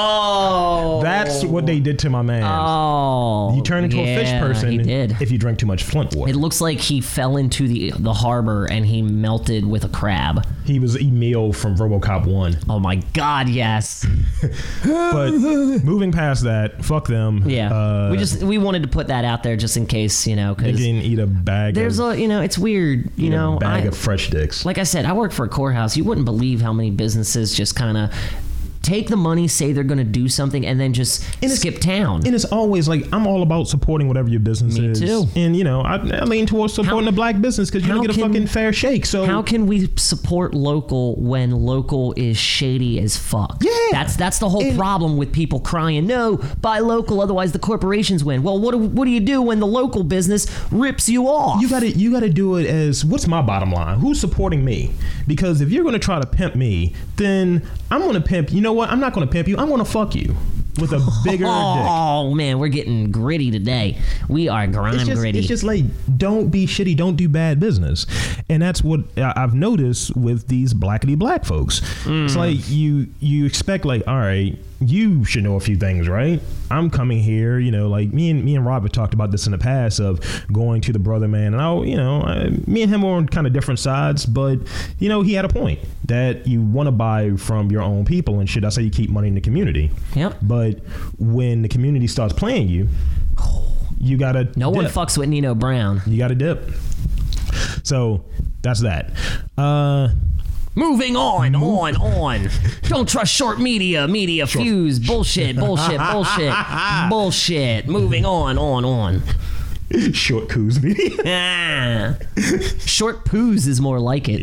S2: Oh,
S1: That's what they did to my man.
S2: Oh,
S1: you turn into a fish
S2: yeah,
S1: person
S2: He did.
S1: if you drink too much Flint water.
S2: It looks like he fell into the the harbor and he melted with a crab.
S1: he was Emil from RoboCop One.
S2: Oh my God! Yes.
S1: But moving past that, fuck them.
S2: Hmm. Yeah.
S1: Uh,
S2: we just we wanted to put that out there just in case you know because
S1: again eat a bag.
S2: there's
S1: of,
S2: a you know it's weird you know
S1: bag
S2: I-
S1: of fresh dicks.
S2: like I said, I work for a courthouse. You wouldn't believe how many businesses just kind of take the money, say they're going to do something, and then just
S1: it's-
S2: skip town.
S1: and it's always like I'm all about supporting whatever your business
S2: Me
S1: is.
S2: too.
S1: And you know I, I lean towards supporting
S2: How-
S1: the black business because you
S2: how
S1: don't get a
S2: can-
S1: fucking fair shake. So
S2: How can we support local when local is shady as fuck?
S1: Yeah.
S2: that's that's the whole
S1: And-
S2: problem with people crying no buy local, otherwise the corporations win. Well, what do, what do you do when the local business rips you off?
S1: You gotta you gotta do it as what's my bottom line? Who's supporting me? Because if you're gonna try to pimp me, then I'm gonna pimp you know what? I'm not gonna pimp you, I'm gonna fuck you with a bigger dick.
S2: oh man, we're getting gritty today. We are grime
S1: It's just,
S2: gritty.
S1: it's just like don't be shitty, don't do bad business, and that's what I- I've noticed with these blackity black folks.
S2: Mm.
S1: It's like you you expect like, all right, you should know a few things, right? I'm coming here, you know, like me and me and Rob have talked about this in the past of going to the brother man, and I'll you know, I, me and him are on kind of different sides, but you know, he had a point that you want to buy from your own people and shit. That's how you keep money in the community.
S2: Yep.
S1: But when the community starts playing you. You gotta
S2: no one
S1: dip.
S2: fucks with Nino Brown.
S1: You got to dip. So that's that. Uh,
S2: Moving on, on, on. Don't trust short media, media fuse, bullshit, bullshit, bullshit, bullshit. Moving on, on, on.
S1: short coos media.
S2: Ah. Short poos is more like it.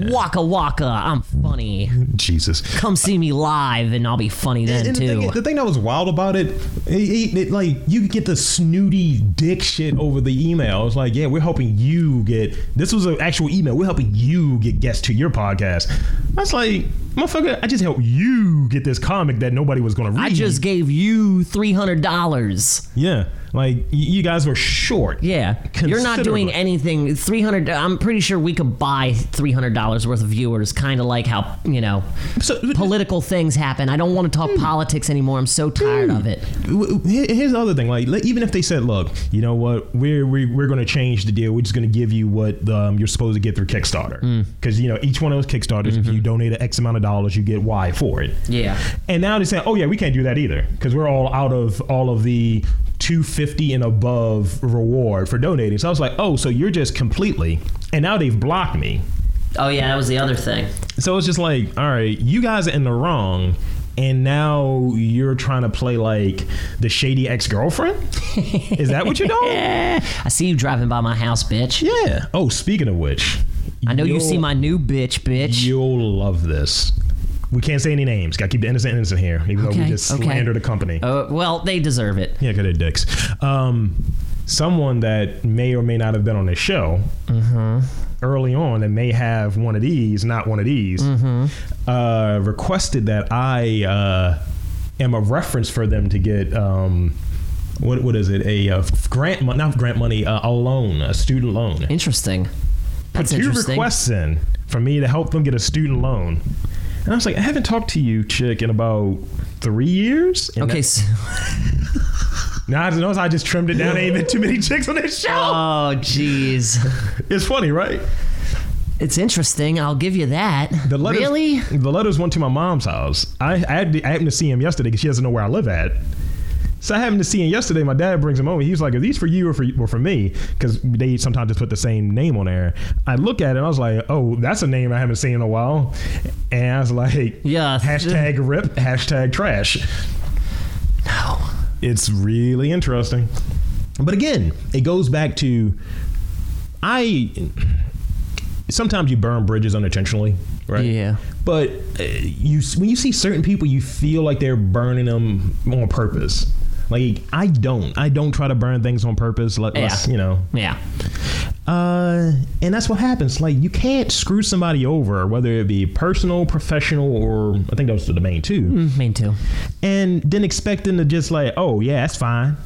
S1: yeah.
S2: Waka waka, I'm funny.
S1: Jesus.
S2: Come see me live and I'll be funny then
S1: And the,
S2: too.
S1: thing, the thing that was wild about it, it, it- it, like you could get the snooty dick shit over the email. It's like, yeah, we're helping you get. This was an actual email. We're helping you get guests to your podcast. That's like, motherfucker, I just helped you get this comic that nobody was gonna read.
S2: I just gave you $300.
S1: yeah, like y- you guys were short.
S2: Yeah. You're not doing
S1: Considerably.
S2: anything. 300 I'm pretty sure we could buy $300 worth of viewers, kind of like how, you know,
S1: So-
S2: political things happen. I don't want to talk
S1: Hmm.
S2: politics anymore. I'm so tired of it.
S1: W- w- here- Here's the other thing. Like, like, even if they said, "Look, you know what? We're we, we're going to change the deal. We're just going to give you what um, you're supposed to get through Kickstarter, because you know each one of those Kickstarters, if you donate an X amount of dollars, you get Y for it."
S2: Yeah.
S1: And now they say, "Oh yeah, we can't do that either, because we're all out of all of the 250 and above reward for donating." So I was like, "Oh, so you're just completely." And now they've blocked me.
S2: Oh yeah, that was the other thing.
S1: So it's just like, all right, you guys are in the wrong, and now you're trying to play like the shady ex girlfriend. Is that what you're doing?
S2: Eh, I see you driving by my house, bitch.
S1: Yeah. Oh, speaking of which,
S2: I know you
S1: you'll-
S2: see my new bitch, bitch.
S1: You'll love this. We can't say any names. Got to keep the innocent innocent here, even though
S2: Okay,
S1: we just
S2: okay.
S1: slander the company.
S2: Uh, well, they deserve it.
S1: Yeah, because they're dicks. Um, someone that may or may not have been on this show
S2: Mm-hmm.
S1: early on that may have one of these, not one of these,
S2: Mm-hmm.
S1: uh, requested that I uh, am a reference for them to get. Um, what, what is it? A uh, grant, mon- not grant money, uh, a loan, a student loan.
S2: Interesting. That's
S1: Put two
S2: interesting.
S1: requests in for me to help them get a student loan. And I was like, I haven't talked to you, chick, in about three years. And
S2: Okay. So,
S1: that- now I just notice I just trimmed it down. Ain't been too many chicks on this show.
S2: oh, jeez.
S1: It's funny, right?
S2: It's interesting. I'll give you that.
S1: The letters,
S2: really?
S1: The letters went to my mom's house. I, I, had to, I happened to see him yesterday because she doesn't know where I live at. So I happened to see him yesterday. My dad brings him over. He was like, "Are these for you or for or for me?" Because they sometimes just put the same name on there. I look at it and I was like, "Oh, that's a name I haven't seen in a while." And I was like,
S2: Yeah.
S1: Hashtag rip. Hashtag trash.
S2: No.
S1: It's really interesting. But again, it goes back to I. Sometimes you burn bridges unintentionally, right?
S2: Yeah.
S1: But uh, you when you see certain people, you feel like they're burning them on purpose. Like I don't, I don't try to burn things on purpose. Let, us
S2: Yeah.
S1: you know,
S2: Yeah.
S1: uh, and that's what happens. Like you can't screw somebody over, whether it be personal, professional, or I think those are the main two
S2: Mm, Me too.
S1: and then expect them to just like, oh yeah, that's fine,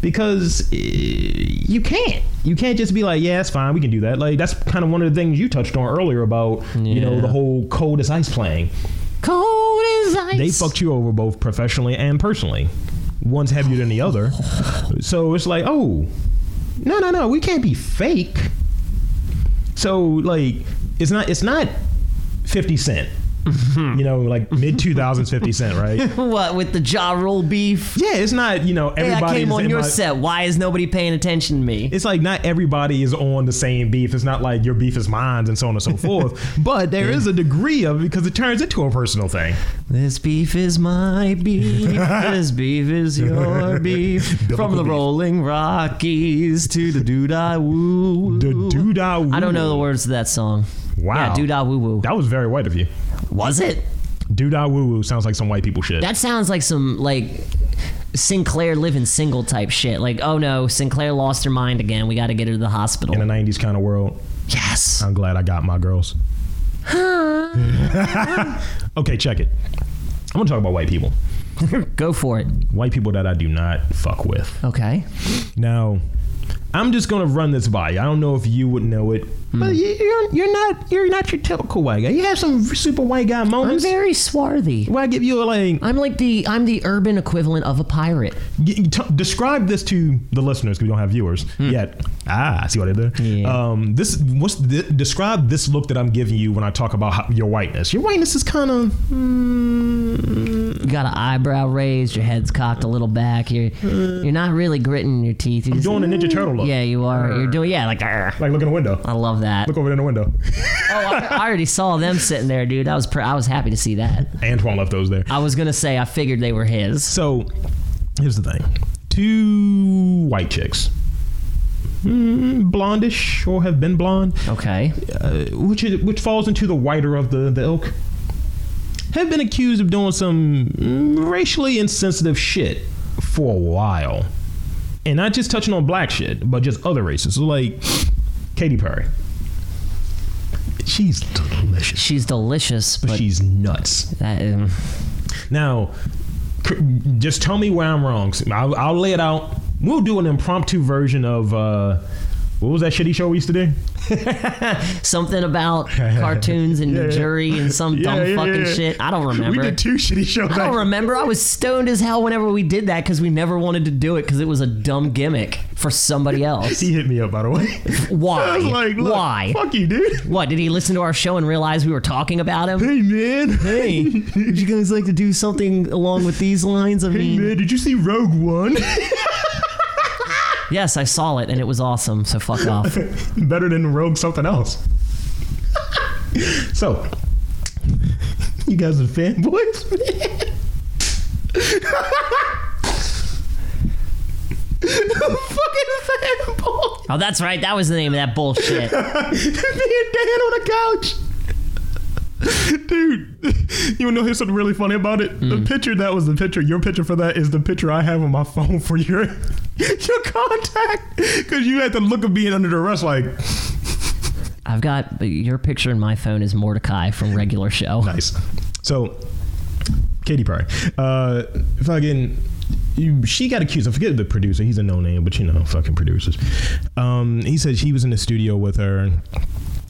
S1: because eh, you can't. You can't just be like, yeah, that's fine, we can do that. Like that's kind of one of the things you touched on earlier about you know
S2: Yeah.
S1: the whole cold as ice playing.
S2: Cold as ice.
S1: They fucked you over both professionally and personally. One's heavier than the other, so it's like, oh, no, no, no, we can't be fake. So like, it's not, it's not fifty cent. you know, like mid 2000s 50 cent, right?
S2: What with the jaw roll beef?
S1: Yeah, it's not you know
S2: Hey, I
S1: everybody.
S2: came
S1: is
S2: on
S1: in
S2: your
S1: my-
S2: set. Why is nobody paying attention to me?
S1: It's like not everybody is on the same beef. It's not like your beef is mine and so on and so forth. But there is a degree of it because it turns into a personal thing.
S2: This beef is my beef. this beef is your beef. From the
S1: beef.
S2: Rolling Rockies to the doodah woo.
S1: The doodah woo.
S2: I don't know the words to that song.
S1: Wow.
S2: Yeah, doodah woo woo.
S1: That was very white of you.
S2: Was it?
S1: Doodah woo woo sounds like some white people shit.
S2: That sounds like some like Sinclair living single type shit. Like, oh no, Sinclair lost her mind again. We got to get her to the hospital.
S1: in Uh, the 90s kind of world.
S2: yes.
S1: I'm glad I got my girls. okay, check it. I'm gonna talk about white people.
S2: Go for it.
S1: White people that I do not fuck with.
S2: Okay.
S1: Now, I'm just gonna run this by you. I don't know if you would know it,
S2: Hmm.
S1: but you- you're you're not you're not your typical white guy. You have some super white guy
S2: I'm
S1: moments.
S2: very swarthy.
S1: Where I give you a like,
S2: I'm like the I'm the urban equivalent of a pirate.
S1: g- t- describe this to the listeners because we don't have viewers yet. Ah, I see what I did there.
S2: Hmm. Yeah.
S1: Um, this what's the, describe this look that I'm giving you when I talk about how, your whiteness. Your whiteness is hmm, kind of
S2: You got an eyebrow raised, your head's cocked a little back. You're you're not really gritting your teeth. You're just-
S1: doing a Ninja Turtle look.
S2: Yeah, Oh. you are. You're doing yeah, like "Arr."
S1: like look in the window.
S2: I love that.
S1: Look over there in the window.
S2: Oh, I, I already saw them sitting there, dude. I was pr- I was happy to see that.
S1: Antoine left those there.
S2: I was gonna say I figured they were his.
S1: So here's the thing: two white chicks, mm, blondish or have been blonde,
S2: Okay.
S1: uh, which is, which falls into the whiter of the the ilk, have been accused of doing some mm, racially insensitive shit for a while, and not just touching on black shit, but just other races. So like Katy Perry, she's delicious,
S2: She's delicious,
S1: but
S2: but
S1: she's nuts.
S2: that, um,
S1: Now, c- just tell me where I'm wrong. I'll, I'll lay it out. We'll do an impromptu version of uh, what was that shitty show we used to do?
S2: something about cartoons and
S1: Yeah,
S2: the
S1: yeah.
S2: jury and some
S1: Yeah,
S2: dumb
S1: yeah,
S2: fucking
S1: yeah.
S2: shit. I don't remember.
S1: two shitty shows.
S2: I don't remember. I was stoned as hell whenever we did that because we never wanted to do it because it was a dumb gimmick for somebody else.
S1: he hit me up by the way.
S2: Why?
S1: I was like, look,
S2: Why?
S1: Fuck you, dude.
S2: What did he listen to our show and realize we were talking about him?
S1: Hey man.
S2: Hey, would you guys like to do something along with these lines? I
S1: Hey
S2: mean,
S1: man, did you see Rogue One?
S2: yes, I saw it and it was awesome. So fuck off.
S1: Better than Rogue something else. so, you guys are fanboys. fucking fanboy.
S2: Oh, that's right. That was the name of that bullshit.
S1: Me and Dan on the couch. Dude, you know here's something really funny about it. The picture that was the picture. Your picture for that is the picture I have on my phone for your your contact. Cause you had to look at being under the arrest like
S2: I've got your picture in my phone is Mordecai from regular show.
S1: nice. So Katy Perry. Uh fucking you, she got accused. I forget the producer. He's a no name, but you know, fucking producers. Um, he said she was in the studio with her,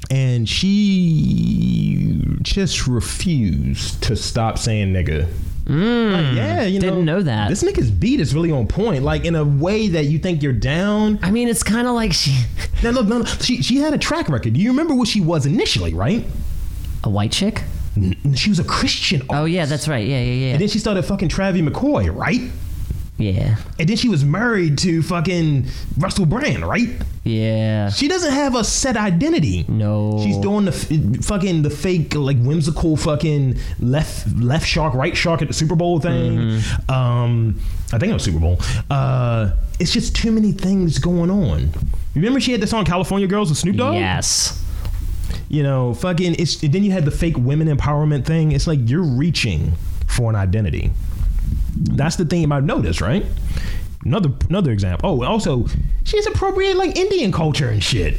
S1: and she just refused to stop saying nigga. Like, yeah, you
S2: Hmm. Didn't know that.
S1: This nigga's beat is really on point. Like in a way that you think you're down.
S2: I mean, it's kind of like she,
S1: No, no, no. no. She she had a track record. Do you remember what she was initially? Right?
S2: a white chick.
S1: N- She was a Christian.
S2: Oh yeah, that's right. Yeah, yeah,
S1: And
S2: yeah,
S1: then she started fucking Travis McCoy. Right?
S2: yeah,
S1: And then she was married to fucking Russell Brand. Right?
S2: yeah.
S1: She doesn't have a set identity.
S2: No.
S1: She's doing the f- fucking the fake like whimsical fucking left left shark right shark at the Super Bowl thing. Um, I think it was Super Bowl. Uh, it's just too many things going on. Remember she had the song California Girls with Snoop Dogg.
S2: Yes.
S1: You know, fucking. It's and then you had the fake women empowerment thing. It's like you're reaching for an identity. That's the thing about notice, right? Another another example. Oh, also, she's appropriate like Indian culture and shit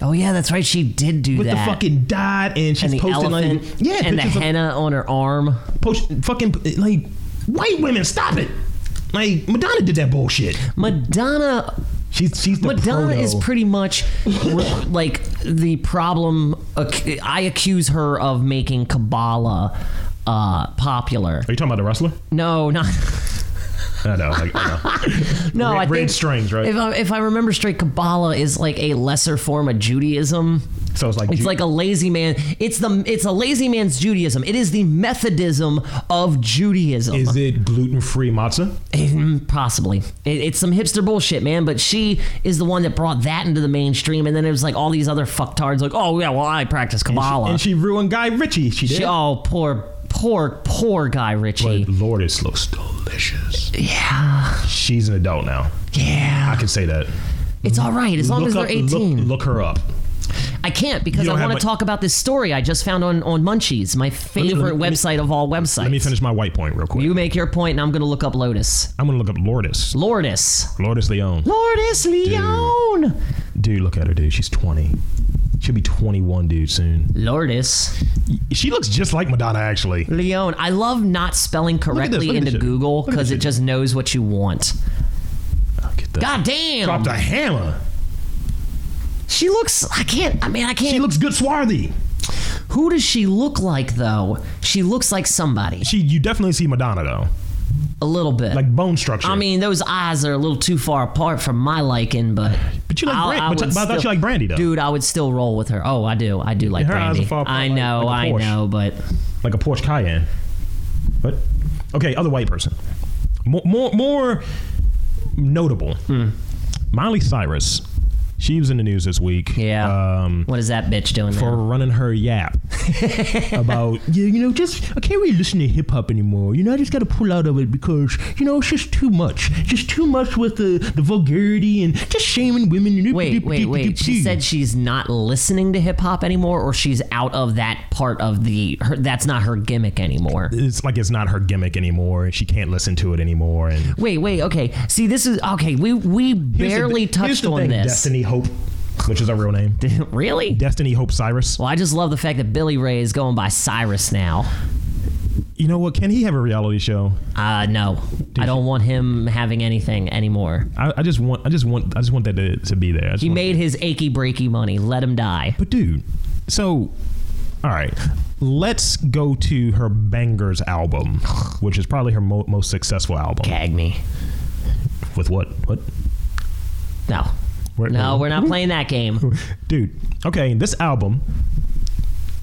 S2: Oh yeah, that's right. She did do
S1: with
S2: that.
S1: the fucking dot and she's
S2: and the
S1: posting
S2: elephant.
S1: like yeah
S2: and the
S1: pictures of
S2: henna on her arm.
S1: post fucking like white women stop it like Madonna did that bullshit
S2: Madonna
S1: she's she's the
S2: Madonna
S1: proto.
S2: is pretty much re- like the problem. ac- I accuse her of making Kabbalah uh,
S1: are
S2: popular.
S1: you talking about the wrestler
S2: No, not
S1: I know like, I
S2: no.
S1: know.
S2: Oh, I
S1: red,
S2: think
S1: red strings right
S2: If I, if I remember straight, Kabbalah is like a lesser form of Judaism.
S1: so it's like
S2: It's
S1: Ju-
S2: like a lazy man. It's the it's a lazy man's Judaism. It is the Methodism of Judaism.
S1: is it gluten free matzah
S2: Mm, Possibly. It, it's some hipster bullshit, man. But she is the one that brought that into the mainstream. And then it was like all these other fucktards, like, oh, yeah, well, I practice Kabbalah.
S1: and she ruined Guy Ritchie she did
S2: She- oh, poor, poor, poor guy Richie.
S1: but Lord it looks delicious
S2: yeah.
S1: she's an adult now I
S2: Yeah.
S1: can say that
S2: It's all right as long
S1: look
S2: as they're
S1: up, look-
S2: 18.
S1: look, her up
S2: I can't because
S1: You
S2: I
S1: don't have
S2: want
S1: my-
S2: to talk about this story I just found on, on Munchies, my favorite
S1: let me-
S2: website of all websites.
S1: let me finish my white point real quick
S2: You make your point, and I'm going to look up Lotus.
S1: I'm gonna look up Lourdes
S2: Lourdes.
S1: Lourdes Leon
S2: Lourdes Leon.
S1: Dude, look at her, dude. She's 20. She'll be 21, dude, soon.
S2: Lourdes.
S1: She looks just like Madonna, actually.
S2: Leon, I love not spelling
S1: at this,
S2: correctly
S1: look at
S2: into
S1: this shit.
S2: Google
S1: Look at
S2: because
S1: this
S2: it
S1: shit.
S2: just knows what you want.
S1: Get the
S2: God
S1: Dropped
S2: damn!
S1: a hammer.
S2: She looks. I can't. I mean, I can't.
S1: She looks good swarthy.
S2: who does she look like though? She looks like somebody
S1: She, you definitely see Madonna though,
S2: a little bit.
S1: like bone structure.
S2: I mean, those eyes are a little too far apart from my liking, but
S1: But you like
S2: I'll-
S1: Bran- but
S2: would
S1: t- but I thought you like Brandy, though.
S2: Dude, I would still roll with her. Oh, I do. I do like
S1: her eyes are
S2: Brandy.
S1: far apart
S2: I
S1: like-
S2: know.
S1: like a
S2: I
S1: Porsche.
S2: know. But
S1: like a Porsche Cayenne. What? Okay, other white person. More, more, more notable.
S2: Hmm.
S1: Miley Cyrus. She was in the news this week.
S2: Yeah.
S1: Um,
S2: what is that bitch doing?
S1: for
S2: now?
S1: running her yap about yeah, you know, just I can't really listen to hip hop anymore. You know, I just got to pull out of it because you know it's just too much, just too much with the, the vulgarity and just shaming women. and
S2: Wait, wait, wait. She said she's not listening to hip hop anymore, or she's out of that part of the. Her, that's not her gimmick anymore.
S1: it's like it's not her gimmick anymore, and she can't listen to it anymore. And
S2: Wait, wait. Okay. See, this is okay. We we barely touched on this.
S1: Destiny Hope, which is her real name,
S2: really?
S1: Destiny Hope Cyrus.
S2: Well, I just love the fact that Billy Ray is going by Cyrus now.
S1: You know what? Can he have a reality show?
S2: Uh, no, I don't want him having anything anymore.
S1: I, I just want, I just want, I just want that to, to be there. I just
S2: He
S1: want-
S2: made his achy breaky money. Let him die.
S1: But dude, so all right, let's go to her bangers album, which is probably her mo- most successful album.
S2: Gag me.
S1: With what? What?
S2: No.
S1: Where-
S2: No,
S1: where-
S2: we're not playing that game.
S1: Dude, okay, this album.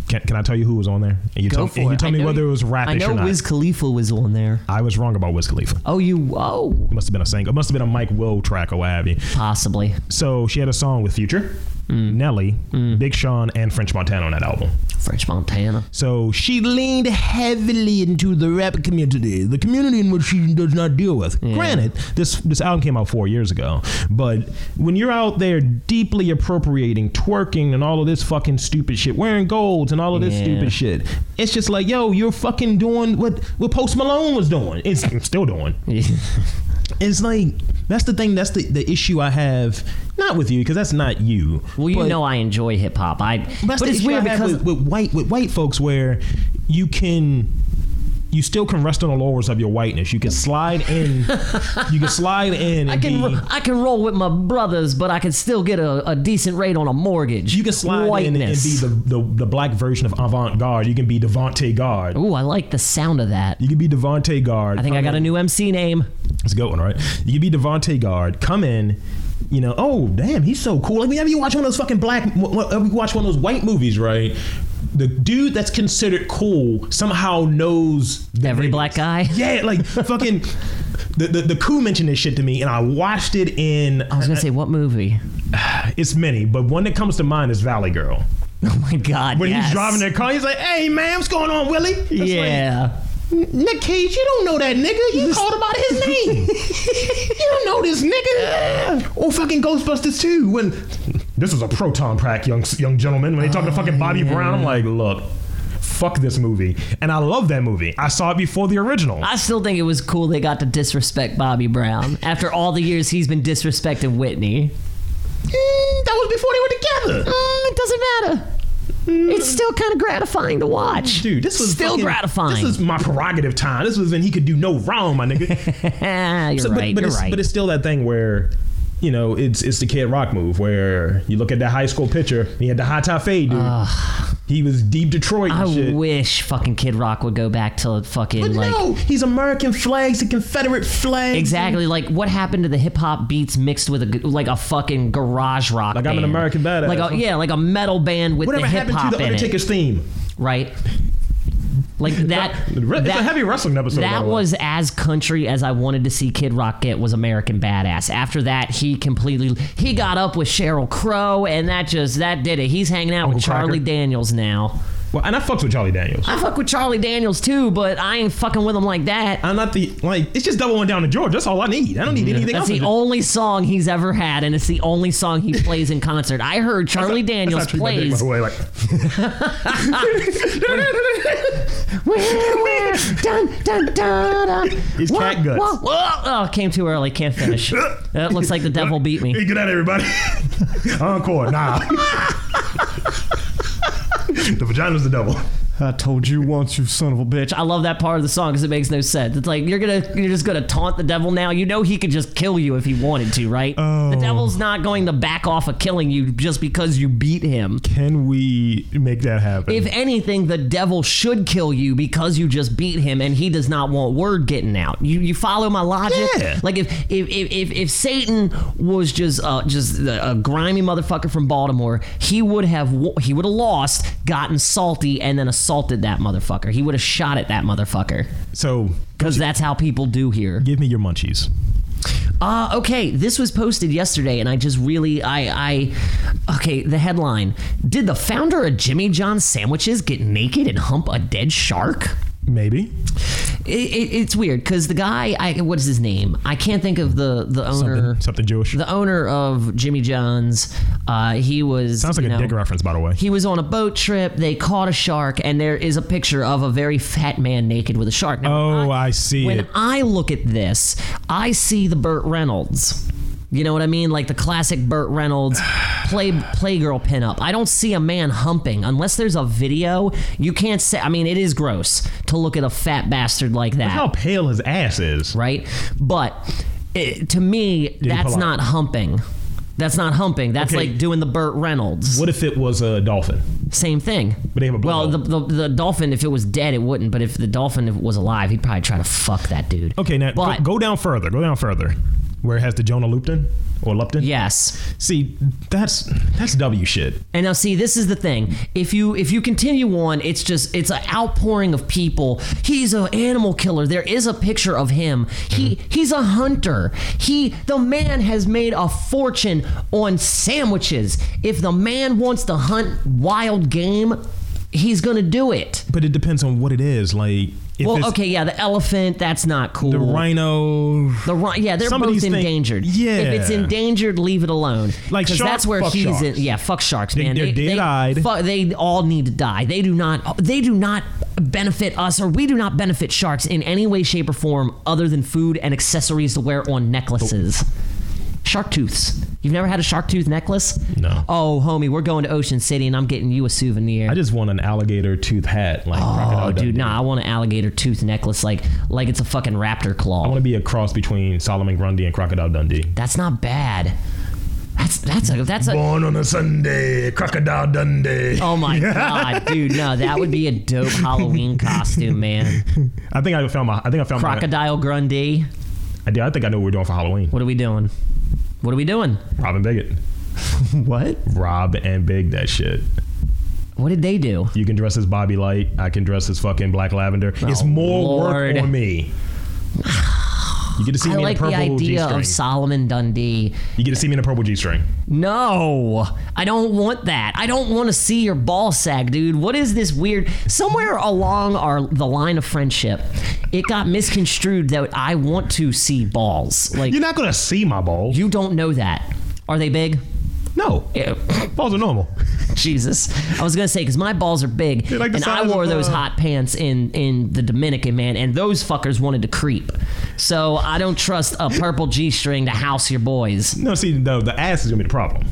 S1: Can, can I tell you who was on there? And you
S2: Go
S1: tell,
S2: for
S1: and
S2: it.
S1: you tell
S2: I
S1: me
S2: know
S1: whether
S2: you-
S1: it was
S2: I
S1: rapish
S2: know
S1: or not.
S2: Wiz Khalifa was on there.
S1: I was wrong about Wiz Khalifa.
S2: Oh, you. Whoa.
S1: It must have been a single. It must have been a Mike Will track or what have you.
S2: Possibly.
S1: So she had a song with Future, Nelly, Big Sean, and French Montana on that album.
S2: French Montana.
S1: So she leaned heavily into the rap community, the community in which she does not deal with. Granted, this this album came out four years ago, but when you're out there deeply appropriating twerking and all of this fucking stupid shit, wearing golds and all of this
S2: Yeah.
S1: stupid shit, it's just like, yo, you're fucking doing what what Post Malone was doing. It's still doing. It's like that's the thing. That's the the issue I have. Not with you because that's not you.
S2: Well, you
S1: but-
S2: know I enjoy hip hop. I
S1: that's
S2: but
S1: the
S2: it's
S1: issue
S2: weird
S1: I have
S2: because
S1: with, with white with white folks where you can you still can rest on the laurels of your whiteness. You can slide in. you can slide in. And
S2: I can
S1: be,
S2: ro- I can roll with my brothers, but I can still get a, a decent rate on a mortgage.
S1: you can slide in and- and be
S2: Whiteness.
S1: the, the, the black version of avant garde. You can be Devonte Guard.
S2: Ooh, I like the sound of that.
S1: You can be Devonte Guard.
S2: I think I got a new MC name.
S1: It's a good one, right? You could be Devonte Guard. Come in, you know. Oh, damn, he's so cool. Like whenever you watch one of those fucking black, whenever you watch one of those white movies, right? The dude that's considered cool somehow knows the
S2: Every
S1: niggas.
S2: black guy.
S1: Yeah, like fucking. The, the, the coup mentioned this shit to me, and I watched it in. uh,
S2: I was gonna say what movie?
S1: It's many, but one that comes to mind is Valley Girl.
S2: Oh my God!
S1: When
S2: yes.
S1: he's driving that car, he's like, "Hey man, what's going on, Willie?" It's like,
S2: Yeah.
S1: Nick Cage, you don't know that nigga. You called him out of his name. you don't know this nigga. Or fucking Ghostbusters 2 when this was a proton pack, young young gentlemen. When they talking to fucking Bobby Brown, I'm like, look, fuck this movie. And I love that movie. I saw it before the original.
S2: I still think it was cool they got to disrespect Bobby Brown after all the years he's been disrespecting Whitney.
S1: Mm, that was before they were together.
S2: Mm, It doesn't matter. It's still kind of gratifying to watch.
S1: Dude, this was
S2: still
S1: fucking-
S2: gratifying.
S1: This is my prerogative time. This was when he could do no wrong, my nigga.
S2: you're
S1: So- but,
S2: right.
S1: but
S2: you're
S1: it's,
S2: right.
S1: But it's still that thing where, you know, it's it's the Kid Rock move where you look at that high school picture. and He had the high top fade, dude. he was deep Detroit. And
S2: I
S1: Oh, shit.
S2: wish fucking Kid Rock would go back to fucking
S1: But
S2: like
S1: no, he's American flags and Confederate flags.
S2: exactly like what happened to the hip hop beats mixed with a g- like a fucking garage rock.
S1: Like I'm an
S2: band.
S1: American badass.
S2: Like a, yeah, like a metal band with
S1: Whatever
S2: the hip
S1: happened to
S2: hop
S1: the
S2: in it.
S1: Undertaker's theme?
S2: right? Like that.
S1: It's a
S2: that-
S1: heavy wrestling episode. by
S2: That
S1: the way.
S2: was as country as I wanted to see Kid Rock get was American Badass. After that, he completely he got up with Cheryl Crow, and that just that did it. He's hanging out
S1: Uncle
S2: with Charlie
S1: Cracker.
S2: Daniels now.
S1: Well, and I fucked with Charlie Daniels.
S2: I fuck with Charlie Daniels too, but I ain't fucking with him like that.
S1: I'm not the like. It's just doubling down to George. That's all I need. I don't need anything
S2: Mm-hmm. That's
S1: else.
S2: the
S1: It's
S2: only song he's ever had, and it's the only song he plays in concert. I heard Charlie
S1: not-
S2: Daniels
S1: that's not treating my dick, by
S2: plays.
S1: the way, like-
S2: Where, where, dun, dun, dun, dun.
S1: It's
S2: Whoa,
S1: cat guts.
S2: whoa, whoa. Oh, came too early. Can't finish. That looks like the devil beat me.
S1: Hey, good night, everybody. Encore. Nah. the vagina's the devil.
S3: I told you once, you son of a bitch.
S2: Which I love that part of the song because it makes no sense. It's like you're gonna you're just gonna taunt the devil now. You know he could just kill you if he wanted to, right? The devil's not going to back off of killing you just because you beat him.
S1: Can we make that happen?
S2: If anything, the devil should kill you because you just beat him, and he does not want word getting out. You you follow my logic?
S1: Yeah.
S2: Like if if if if, if Satan was just uh, just a, a grimy motherfucker from Baltimore, he would have wo- he would have lost, gotten salty, and then assaulted that motherfucker. He would have shot at that motherfucker
S1: so,
S2: because that's how people do here.
S1: give me your munchies.
S2: Uh, okay, this was posted yesterday, and I just really, I, I, okay, the headline: Did the founder of Jimmy John's sandwiches get naked and hump a dead shark?
S1: Maybe.
S2: It, it, it's weird because the guy, I, what is his name? I can't think of the the owner.
S1: Something, something Jewish.
S2: The owner of Jimmy John's, uh, he was
S1: Sounds like a
S2: you know,
S1: dick reference, by the way.
S2: He was on a boat trip. They caught a shark, and there is a picture of a very fat man naked with a shark. Now,
S1: Oh, I see
S2: when
S1: it.
S2: I look at this, I see the Burt Reynolds. You know what I mean? Like the classic Burt Reynolds play playgirl pinup. I don't see a man humping unless there's a video. You can't say. I mean, it is gross to look at a fat bastard like that,
S1: How pale his ass is.
S2: right? But it, to me, that's
S1: pull out.
S2: not humping. That's not humping. That's
S1: Okay.
S2: like doing the Burt Reynolds.
S1: What if it was a dolphin?
S2: Same thing.
S1: But they have a
S2: well, the,
S1: blowhole.
S2: the the dolphin. If it was dead, it wouldn't. But if the dolphin if it was alive, he'd probably try to fuck that dude.
S1: Okay, now go-
S2: But-
S1: go, down further. Go down further. Where it has the Jonah Lupton or Lupton?
S2: Yes.
S1: See, that's that's W shit.
S2: And now see this is the thing. If you if you continue on, it's just it's an outpouring of people. He's an animal killer. There is a picture of him. He
S1: Mm-hmm.
S2: he's a hunter. He the man has made a fortune on sandwiches. If the man wants to hunt wild game, he's going to do it.
S1: But it depends on what it is. Like, if
S2: Well,
S1: it's
S2: okay, yeah, the elephant, that's not cool.
S1: the rhino,
S2: The rhino, yeah, they're
S1: Some of
S2: both
S1: these things-
S2: endangered.
S1: Yeah.
S2: if it's endangered, leave it alone.
S1: Like
S2: 'Cause
S1: sharks,
S2: that's where
S1: fuck
S2: he's in.
S1: sharks.
S2: Yeah, fuck sharks, man.
S1: they're dead-eyed.
S2: Fuck, they all need to die. They do not. They do not benefit us, or we do not benefit sharks in any way, shape, or form, other than food and accessories to wear on necklaces. Shark tooths. You've never had a shark tooth necklace?
S1: No.
S2: Oh, homie, we're going to Ocean City, and I'm getting you a souvenir.
S1: I just want an alligator tooth hat. Like,
S2: oh,
S1: Crocodile
S2: dude,
S1: Dundee.
S2: nah. I want an alligator tooth necklace, like like it's a fucking raptor claw.
S1: I want to be a cross between Solomon Grundy and Crocodile Dundee.
S2: that's not bad. That's that's a that's a.
S1: Born on a Sunday, Crocodile Dundee.
S2: Oh my god, dude! No, that would be a dope Halloween costume, man.
S1: I think I found my. I think I found my.
S2: Crocodile Grundy.
S1: I, did- I think I know what we're doing for Halloween.
S2: What are we doing? What are we doing?
S1: Rob and Bigot.
S2: What?
S1: Rob and Big that shit.
S2: What did they do?
S1: You can dress as Bobby Light. I can dress as fucking Black Lavender. it's more
S2: Oh, Lord.
S1: work on me. You get to see
S2: I
S1: me
S2: like
S1: in a
S2: the
S1: purple
S2: idea
S1: G-string.
S2: of Solomon Dundee.
S1: you get to see me in a purple G-string.
S2: No, I don't want that. I don't want to see your ball sack, dude. What is this weird? Somewhere along our the line of friendship, it got misconstrued that I want to see balls. Like
S1: You're not gonna see my balls.
S2: you don't know that. Are they big?
S1: no,
S2: Ew.
S1: balls are normal.
S2: Jesus, I was gonna say because my balls are big,
S1: They're like the
S2: and I
S1: size
S2: wore
S1: of,
S2: those
S1: uh,
S2: hot pants in in the Dominican man, and those fuckers wanted to creep. So I don't trust a purple g string to house your boys.
S1: No, see, the the ass is gonna be the problem.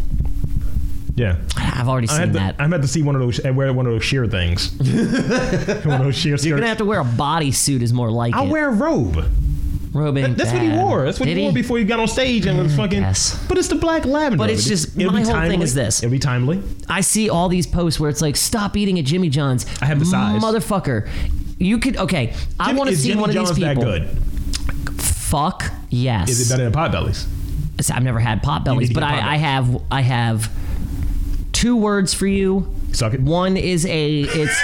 S1: Yeah,
S2: I've already
S1: I
S2: seen
S1: had, to,
S2: that.
S1: I had to see one of those and wear one of those sheer things. one of those sheer skirts.
S2: You're gonna have to wear a bodysuit is more like
S1: I'll
S2: it.
S1: wear a robe.
S2: Robe ain't
S1: That's what he
S2: bad.
S1: wore. That's what
S2: Did Mm,
S1: he wore before he got on stage and was fucking.
S2: guess.
S1: But it's the black lavender.
S2: But it's
S1: It'll be-
S2: just-
S1: it'll
S2: my
S1: be
S2: whole thing
S1: timely.
S2: is this.
S1: It'll be timely.
S2: I see all these posts where it's like, stop eating at Jimmy John's.
S1: I have the size.
S2: Motherfucker. You could okay. I
S1: Jimmy-
S2: want to
S1: is
S2: see
S1: Jimmy
S2: one
S1: John's
S2: of these people.
S1: that good?
S2: Fuck yes.
S1: Is it better than Potbellies?
S2: So I've never had pot
S1: need
S2: bellies,
S1: to
S2: but
S1: get pot
S2: I, I have I have two words for you.
S1: Suck it.
S2: One is a it's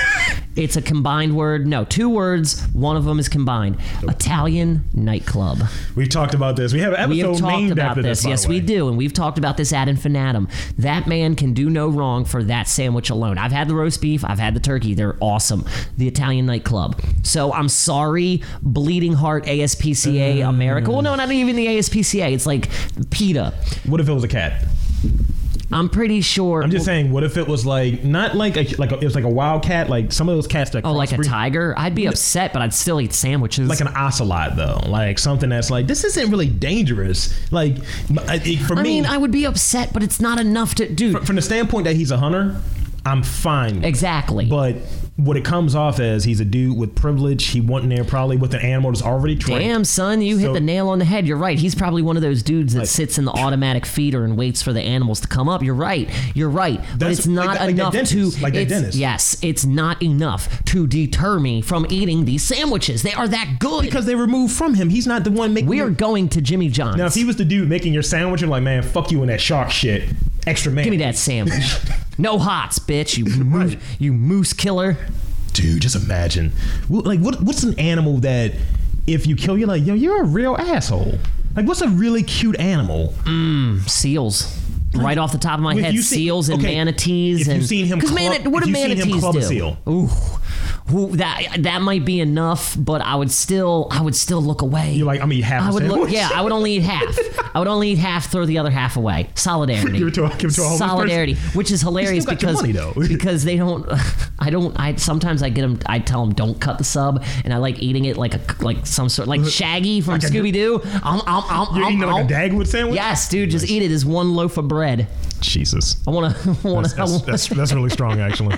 S2: it's a combined word. No, two words. One of them is combined. Italian nightclub.
S1: We've talked about this. We have an
S2: We
S1: episode
S2: have talked
S1: named
S2: about
S1: after
S2: this.
S1: this. by
S2: yes,
S1: the
S2: we
S1: way.
S2: do, and we've talked about this ad infinitum. That man can do no wrong for that sandwich alone. I've had the roast beef. I've had the turkey. They're awesome. The Italian nightclub. So I'm sorry, bleeding heart
S1: Mm.
S2: ASPCA America. Well, no, not even the ASPCA. It's like PETA.
S1: What if it was a cat?
S2: I'm pretty sure.
S1: I'm just saying. What if it was like not like a like a, it was like a wild cat, like some of those cats that
S2: Oh, like a
S1: crossbreed-
S2: tiger? I'd be upset, but I'd still eat sandwiches.
S1: like an ocelot though, like something that's like this isn't really dangerous. Like m- I- it- for
S2: I
S1: me,
S2: mean, I would be upset, but it's not enough to do.
S1: from the standpoint that he's a hunter, I'm fine. with it.
S2: Exactly.
S1: But what it comes off as, he's a dude with privilege. He went in there probably with an animal that's already trained.
S2: Damn, son, you hit
S1: So-
S2: the nail on the head. You're right. He's probably one of those dudes that sits in the automatic feeder and waits for the animals to come up. You're right. You're right. But
S1: That's-
S2: it's not
S1: like that- like that
S2: enough
S1: dentist,
S2: to.
S1: like that
S2: it's-
S1: dentist.
S2: Yes, it's not enough to deter me from eating these sandwiches. They are that good.
S1: Because they removed from him. He's not the one making
S2: we
S1: your-
S2: are going to Jimmy John's.
S1: Now, if he was the dude making your sandwich, you're like, man, fuck you and that shark shit. Extra man.
S2: Give me that sandwich. no hots, bitch. You moose, you moose killer.
S1: Dude, just imagine. Wh- Like, what, what's an animal that if you kill, you're like, yo, you're a real asshole. Like, what's a really cute animal?
S2: seals. Right off the top of my
S1: If
S2: head,
S1: you see-
S2: seals and
S1: okay,
S2: manatees.
S1: if
S2: and,
S1: you've seen him
S2: 'cause
S1: club-
S2: mana- what
S1: if
S2: do
S1: you've seen him
S2: manatees
S1: club a
S2: do?
S1: seal.
S2: Ooh, Ooh, that that might be enough, but I would still I would still look away.
S1: You're like, I'm gonna eat half
S2: I
S1: a
S2: would look,
S1: sandwich.
S2: yeah, I would only eat half. I would only eat half, throw the other half away. Solidarity.
S1: Give it to a- give it to a homeless person.
S2: Solidarity, which is hilarious
S1: got your
S2: because
S1: money, though.
S2: because they don't. I don't. I sometimes I get them. I tell them don't cut the sub, and I like eating it like a like some sort like Shaggy from
S1: Uh-huh. a-
S2: Scooby Doo. I'm I'm I'm
S1: You're
S2: I'm,
S1: eating like a Dagwood sandwich?
S2: Yes, dude, just eat it as one loaf of bread.
S1: Jesus.
S2: I want to, want
S1: That's, that's,
S2: to,
S1: that's, that's really strong, actually.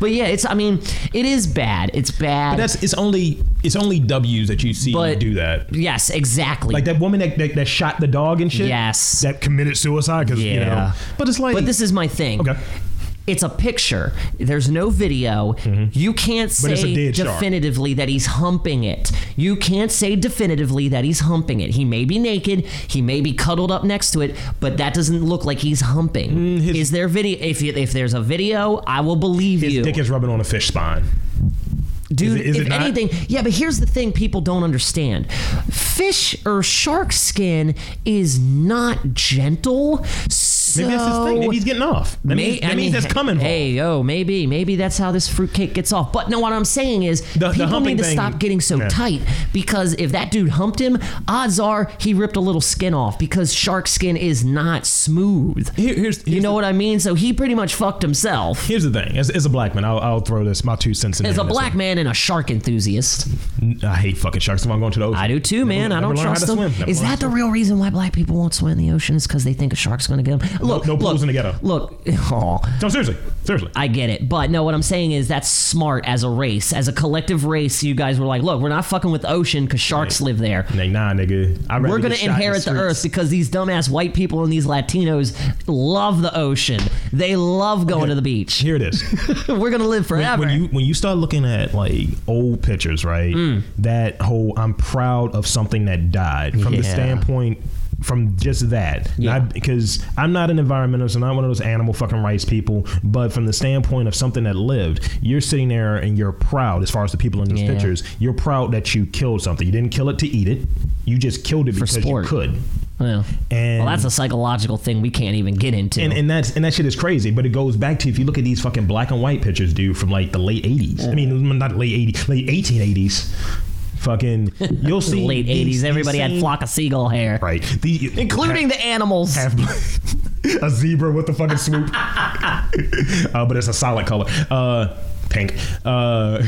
S2: but yeah, it's. I mean, it is bad. It's bad.
S1: That's it's only it's only W's that you see
S2: But-
S1: do that.
S2: yes, exactly.
S1: Like that woman that, that, that shot the dog and shit.
S2: Yes.
S1: That committed suicide because you know.
S2: Yeah.
S1: But it's like.
S2: but this is my thing.
S1: Okay.
S2: It's a picture. There's no video. You can't
S1: Mm-hmm. But it's a
S2: say
S1: dead shark.
S2: definitively that he's humping it. You can't say definitively that he's humping it. He may be naked. He may be cuddled up next to it, but that doesn't look like he's humping.
S1: Mm, his-
S2: is there video? If you, if there's a video, I will believe you.
S1: Dick is rubbing on a fish spine. Is
S2: Dude,
S1: it- is
S2: if
S1: it not?
S2: anything, yeah, but here's the thing people don't understand. Fish or shark skin is not gentle. So
S1: Maybe that's his thing. Maybe he's getting off. That
S2: May-
S1: means, that
S2: I
S1: means
S2: mean,
S1: that's coming. home.
S2: Hey, oh, maybe, maybe that's how this fruitcake gets off. But no, what I'm saying is
S1: The- the
S2: people
S1: humping
S2: need to
S1: thing-
S2: stop getting so
S1: Yeah.
S2: tight because if that dude humped him, odds are he ripped a little skin off because shark skin is not smooth.
S1: Here- here's,
S2: you
S1: here's
S2: know
S1: the,
S2: what I mean? So he pretty much fucked himself.
S1: Here's the thing. As, as a black man, I'll, I'll throw this my two cents in.
S2: As
S1: there
S2: a
S1: on this
S2: black
S1: one.
S2: man and a shark enthusiast,
S1: I hate fucking sharks. If I'm going to the ocean,
S2: I do too, man. I
S1: never
S2: don't
S1: learned how
S2: trust
S1: to
S2: them.
S1: swim. Never
S2: Is
S1: learned
S2: that the real reason why black people won't swim in the ocean? Is because they think a shark's going to get them? Look,
S1: no
S2: look,
S1: pools in the ghetto.
S2: Look, oh,
S1: No, seriously, seriously.
S2: I get it. But no, what I'm saying is that's smart as a race, as a collective race. You guys were like, look, we're not fucking with ocean because sharks live there.
S1: Like, nah, nigga. I'd rather
S2: We're going
S1: get
S2: to
S1: shot in
S2: inherit the,
S1: streets.
S2: earth because these dumbass white people and these Latinos love the ocean. They love going to the beach.
S1: Here it is.
S2: We're going to live forever.
S1: when you when you start looking at like old pictures, right?
S2: Mm.
S1: That whole I'm proud of something that died from the
S2: Yeah.
S1: standpoint from just that.
S2: Yeah.
S1: Not because I'm not an environmentalist, I'm not one of those animal fucking rights people, but from the standpoint of something that lived, you're sitting there and you're proud as far as the people in these
S2: Yeah.
S1: pictures, you're proud that you killed something. You didn't kill it to eat it. You just killed it because
S2: sport.
S1: you could.
S2: Yeah.
S1: And
S2: well, that's a psychological thing we can't even get into.
S1: and, and that's and that shit is crazy. But it goes back to if you look at these fucking black and white pictures, dude, from like the late eighties. I mean, not late eighties, late eighteen eighties. Fucking, you'll
S2: the
S1: see
S2: late
S1: these-
S2: 80s, everybody
S1: these
S2: had
S1: same-
S2: flock of seagull hair,
S1: right? The,
S2: including the animals.
S1: half, half- a zebra with the fucking swoop, uh, but it's a solid color, uh, pink. Uh,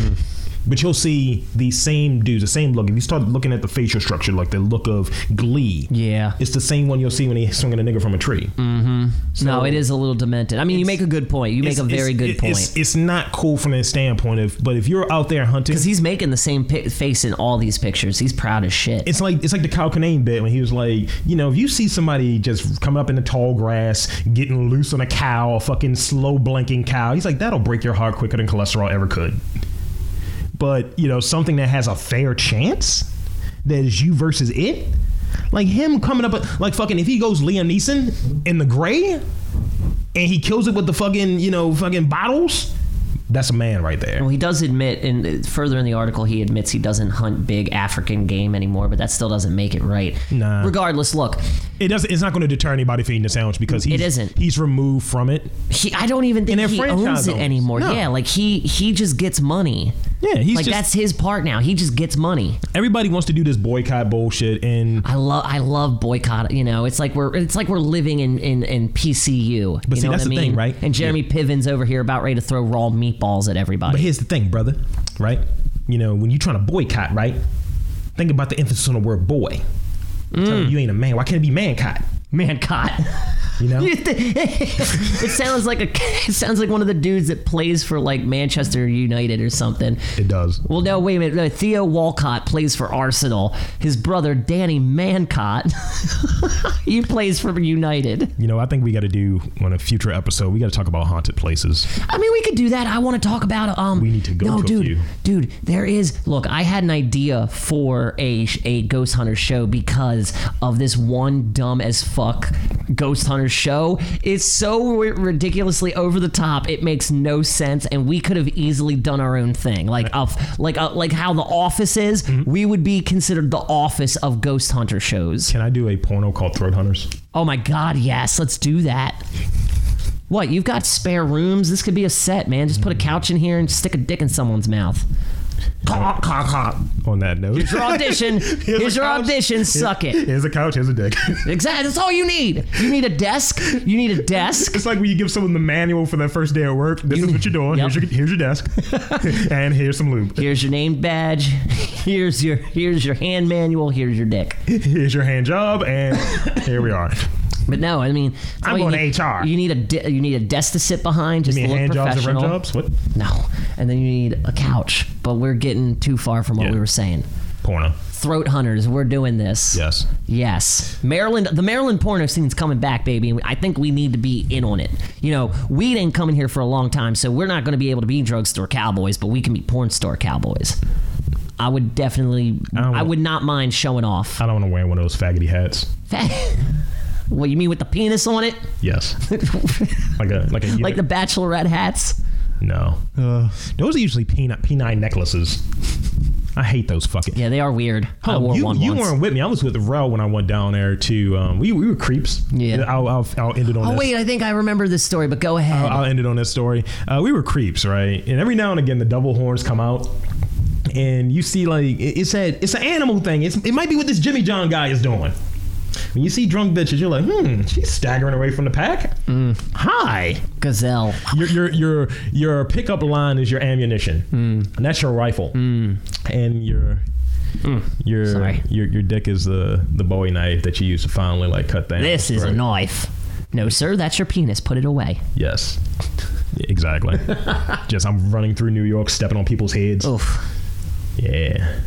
S1: but you'll see these same dudes, the same look. If you start looking at the facial structure, like the look of Glee,
S2: Yeah.
S1: it's the same one you'll see when he's swinging a nigga from a tree.
S2: no, it is a little demented. I mean, you
S1: It's-
S2: make a good point. You make a
S1: it's-
S2: very
S1: it's-
S2: good
S1: it's, It's,
S2: point.
S1: not cool from that standpoint of, but if you're out there hunting,
S2: Because he's making the same pi- face in all these pictures. He's proud as shit.
S1: it's like it's like the Kyle Kinane bit when he was like, you know, if you see somebody just coming up in the tall grass, getting loose on a cow, a fucking slow blinking cow, he's like, that'll break your heart quicker than cholesterol ever could. But you know, something that has a fair chance, that is you versus it. Like him coming up, with- like fucking, if he goes Liam Neeson in the gray, and he kills it with the fucking, you know, fucking bottles, that's a man right there.
S2: well, he does admit, and further in the article, he admits he doesn't hunt big African game anymore, but that still doesn't make it right.
S1: Nah.
S2: Regardless, look,
S1: It doesn't. It's not going to deter anybody from eating the sandwich because he's,
S2: It isn't.
S1: He's removed from it.
S2: he, I don't even
S1: And
S2: think
S1: they're
S2: he owns
S1: franchise
S2: it
S1: owners.
S2: anymore.
S1: No.
S2: Yeah, like he he just gets money.
S1: Yeah, he's
S2: like
S1: just.
S2: that's his part now. He just gets money.
S1: everybody wants to do this boycott bullshit, and
S2: I love I love boycott. You know, it's like we're it's like we're living in in, in PCU.
S1: But
S2: you
S1: see,
S2: know
S1: that's
S2: what I
S1: the
S2: mean?
S1: thing, right?
S2: And Jeremy Piven's over here about ready to throw raw meatballs at
S1: but
S2: everybody.
S1: here's the thing, brother. Right? You know, when you're trying to boycott, right? Think about the emphasis on the word boy. I'm
S2: Mm.
S1: telling you, you ain't a man. Why can't it be man caught?
S2: Man, caught.
S1: You know.
S2: it sounds like a it sounds like one of the dudes that plays for like Manchester United or something.
S1: It does.
S2: Well, no, wait a minute. No, Theo Walcott plays for Arsenal. His brother Danny Mancott, he plays for United.
S1: You know, I think we got to do on a future episode. We got to talk about haunted places.
S2: I mean, we could do that. I want to talk about. Um,
S1: We need to go
S2: No,
S1: to a
S2: dude,
S1: few.
S2: dude, there is. Look, I had an idea for a a ghost hunter show because of this one dumb as fuck ghost hunter show. It's so ri- ridiculously over the top. It makes no sense, and we could have easily done our own thing, like of like uh, like how the Office is.
S1: Mm-hmm.
S2: We would be considered the Office of ghost hunter shows.
S1: Can I do a porno called Throat Hunters?
S2: Oh my god, yes, let's do that. What, you've got spare rooms? This could be a set, man. Just put a couch in here and stick a dick in someone's mouth. Caw, caw, caw.
S1: On that note,
S2: Here's your audition.
S1: a
S2: Here's, your
S1: couch.
S2: audition. Suck it.
S1: Here's a couch. Here's a dick.
S2: Exactly. That's all you need. You need a desk. You need a desk.
S1: It's like when you give someone the manual for their first day at work. This is what you're doing.
S2: Yep.
S1: Here's, your, here's your desk, and here's some lube.
S2: Here's your name badge. Here's your here's your hand manual. Here's your dick.
S1: Here's your hand job, and here we are.
S2: But no, I mean,
S1: I'm
S2: all you
S1: going to
S2: need-
S1: HR.
S2: You need a di- you need a desk to sit behind. Just
S1: You mean
S2: to look
S1: hand jobs and rim
S2: professional.
S1: jobs? What?
S2: No. And then you need a couch. But we're getting too far from what
S1: Yeah.
S2: we were saying.
S1: Porno.
S2: Throat hunters, we're doing this.
S1: Yes.
S2: Yes. Maryland, the Maryland porno scene's coming back, baby. and I think we need to be in on it. You know, weed ain't coming here for a long time, so we're not going to be able to be drugstore cowboys, but we can be porn store cowboys. I would definitely,
S1: don't-
S2: I would not mind showing off.
S1: I don't want to wear one of those faggoty hats.
S2: what you mean with the penis on it,
S1: Yes. like a like a unit.
S2: like the bachelorette hats?
S1: no.
S3: Uh,
S1: Those are usually penile penile necklaces. I hate those fucking.
S2: Yeah, they are weird. I
S1: Oh,
S2: wore
S1: you,
S2: one
S1: you
S2: once.
S1: weren't with me. I was with Rel when I went down there to. Um, we, we were creeps.
S2: Yeah.
S1: I'll, I'll, I'll end it on
S2: Oh
S1: this.
S2: wait, I think I remember this story, but go ahead.
S1: I'll, I'll end it on this story. Uh, we were creeps, right? And every now and again, the double horns come out, and you see like it- it's a it's an animal thing. It's, it might be what this Jimmy John guy is doing. When you see drunk bitches, you're like, hmm, she's staggering away from the pack.
S2: Mm.
S1: Hi.
S2: Gazelle.
S1: Your, your your your pickup line is your ammunition,
S2: Mm.
S1: and that's your rifle, and your your,
S2: Mm. Sorry.
S1: your your dick is the the Bowie knife that you use to finally like cut down.
S2: This is a
S1: Right.
S2: knife. No, sir, that's your penis. Put it away.
S1: Yes. Exactly. Just I'm running through New York, stepping on people's heads.
S2: Oof.
S1: Yeah.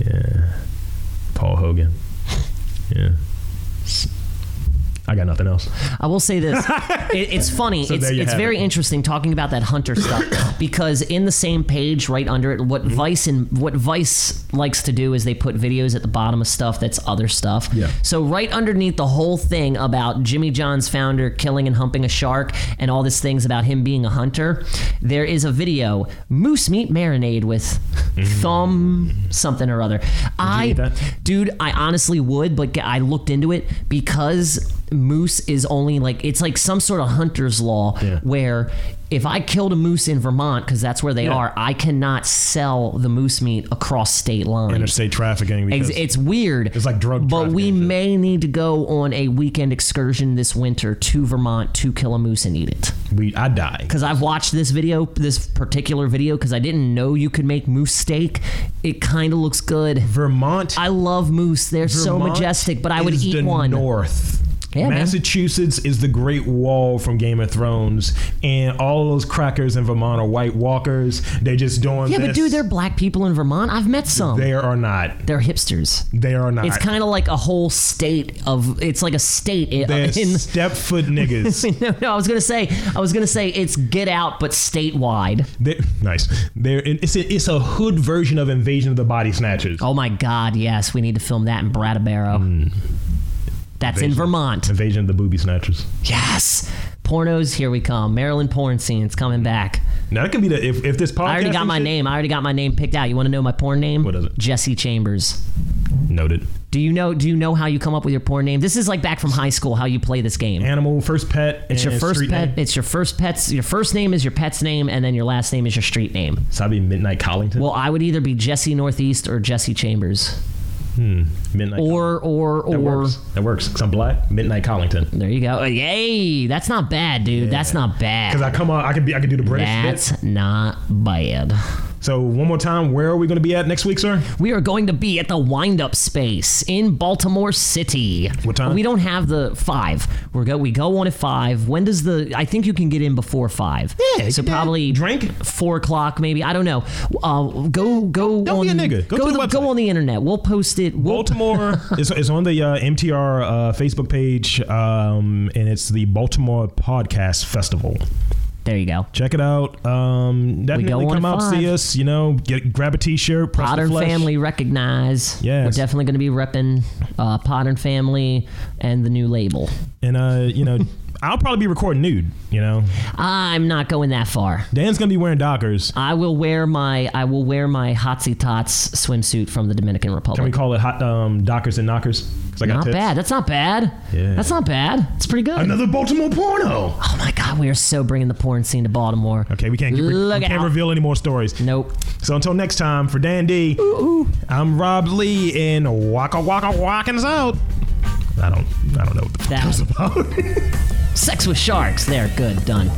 S1: Yeah. Paul Hogan. Yeah. I got nothing else.
S2: I will say this. it, it's funny.
S1: So
S2: it's
S1: there you
S2: it's
S1: have
S2: very
S1: it.
S2: interesting talking about that hunter stuff because in the same page right under it, what
S1: Mm-hmm.
S2: Vice and what Vice likes to do is they put videos at the bottom of stuff that's other stuff.
S1: Yeah.
S2: So right underneath the whole thing about Jimmy John's founder killing and humping a shark and all these things about him being a hunter, there is a video moose meat marinade with
S1: Mm.
S2: thumb something or other. I
S1: eat that?
S2: Dude, I honestly would, but g- I looked into it because moose is only like it's like some sort of hunter's law
S1: Yeah.
S2: where if I killed a moose in Vermont because that's where they
S1: Yeah.
S2: are, I cannot sell the moose meat across state lines.
S1: Interstate trafficking.
S2: Ex-
S1: Because
S2: It's weird.
S1: It's like drug
S2: But we
S1: trafficking shit.
S2: may need to go on a weekend excursion this winter to Vermont to kill a moose and eat it.
S1: we, I die.
S2: Because I've watched this video, this particular video, because I didn't know you could make moose steak. It kind of looks good.
S1: Vermont.
S2: I love moose. They're so
S1: Vermont
S2: majestic, but I would
S1: is
S2: eat
S1: the
S2: one.
S1: North.
S2: Yeah, man.
S1: Massachusetts is the Great Wall from Game of Thrones, and all those crackers in Vermont are White Walkers. They just doing
S2: Yeah,
S1: this.
S2: but dude, there are black people in Vermont. I've met some.
S1: they are not.
S2: They're hipsters.
S1: They are not.
S2: It's kind of like a whole state of. It's like a state in.
S1: They're
S2: in
S1: stepfoot niggas.
S2: no, no, I was gonna say. I was gonna say it's get out, but statewide.
S1: They- nice. They're, it's, a, it's a hood version of Invasion of the Body Snatchers.
S2: Oh my God! Yes, we need to film that in Brattleboro.
S1: Hmm.
S2: That's in
S1: Invasion.
S2: Vermont.
S1: Invasion of the Booby Snatchers.
S2: Yes, pornos. Here we come. Maryland porn scene. It's coming back.
S1: Now that could be the if, if this podcast.
S2: I already got
S1: and
S2: my
S1: shit-
S2: name. I already got my name picked out. You want to know my porn name?
S1: What is it?
S2: Jesse Chambers.
S1: Noted.
S2: Do you know? Do you know how you come up with your porn name? This is like back from high school. How you play this game?
S1: Animal first pet.
S2: it's your first pet. It's your first pet's. Your first name is your pet's name, and then your last name is your street name.
S1: So I'd be Midnight Collington.
S2: Well, I would either be Jesse Northeast or Jesse Chambers,
S1: Midnight.
S2: or or
S1: that
S2: or.
S1: works. That works. Cause I'm black. Midnight Collington.
S2: There you go. Oh, Yay! That's not bad, dude. That's not
S1: Cause
S2: bad.
S1: I come on. I could be. I could do the British. bit.
S2: That's not bad.
S1: So one more time. Where are we going to be at next week, sir?
S2: We are going to be at the Wind Up Space in Baltimore City.
S1: What time?
S2: We don't have the five. We're go. We go on at five. When does the? I think you can get in before five.
S1: Yeah,
S2: So
S1: yeah.
S2: probably
S1: Drink?
S2: four o'clock, maybe. I don't know. Uh, go go.
S1: Don't
S2: on,
S1: be a nigga. Go to the
S2: go
S1: website.
S2: on the internet. We'll post it. We'll
S1: Baltimore is, is on the uh, MTR uh, Facebook page, um, and it's the Baltimore Podcast Festival.
S2: there you go.
S1: Check it out. Um, definitely
S2: go on
S1: come
S2: at
S1: out, see
S2: five.
S1: us. You know, get grab a T-shirt. Press the
S2: Potter
S1: flesh.
S2: family recognize.
S1: Yes.
S2: We're definitely going to be repping uh, Potter family and the new label.
S1: and uh, you know, I'll probably be recording nude. You know,
S2: I'm not going that far.
S1: Dan's gonna be wearing Dockers.
S2: I will wear my I will wear my Hotsy Tots swimsuit from the Dominican
S1: Can we
S2: Republic.
S1: call it hot um, Dockers and Knockers? 'Cause I got
S2: Not
S1: tits.
S2: bad. That's not bad.
S1: Yeah.
S2: That's not bad. It's pretty good.
S1: Another Baltimore porno.
S2: oh my God, we are so bringing the porn scene to Baltimore.
S1: Okay, we can't get, we
S2: Look
S1: can't
S2: out.
S1: reveal any more stories.
S2: Nope.
S1: So until next time, for Dan D, am Rob Lee, and Waka Waka Walkins out. I don't, I don't know what the fuck
S2: That
S1: that was about.
S2: sex with sharks. There. Good. Done.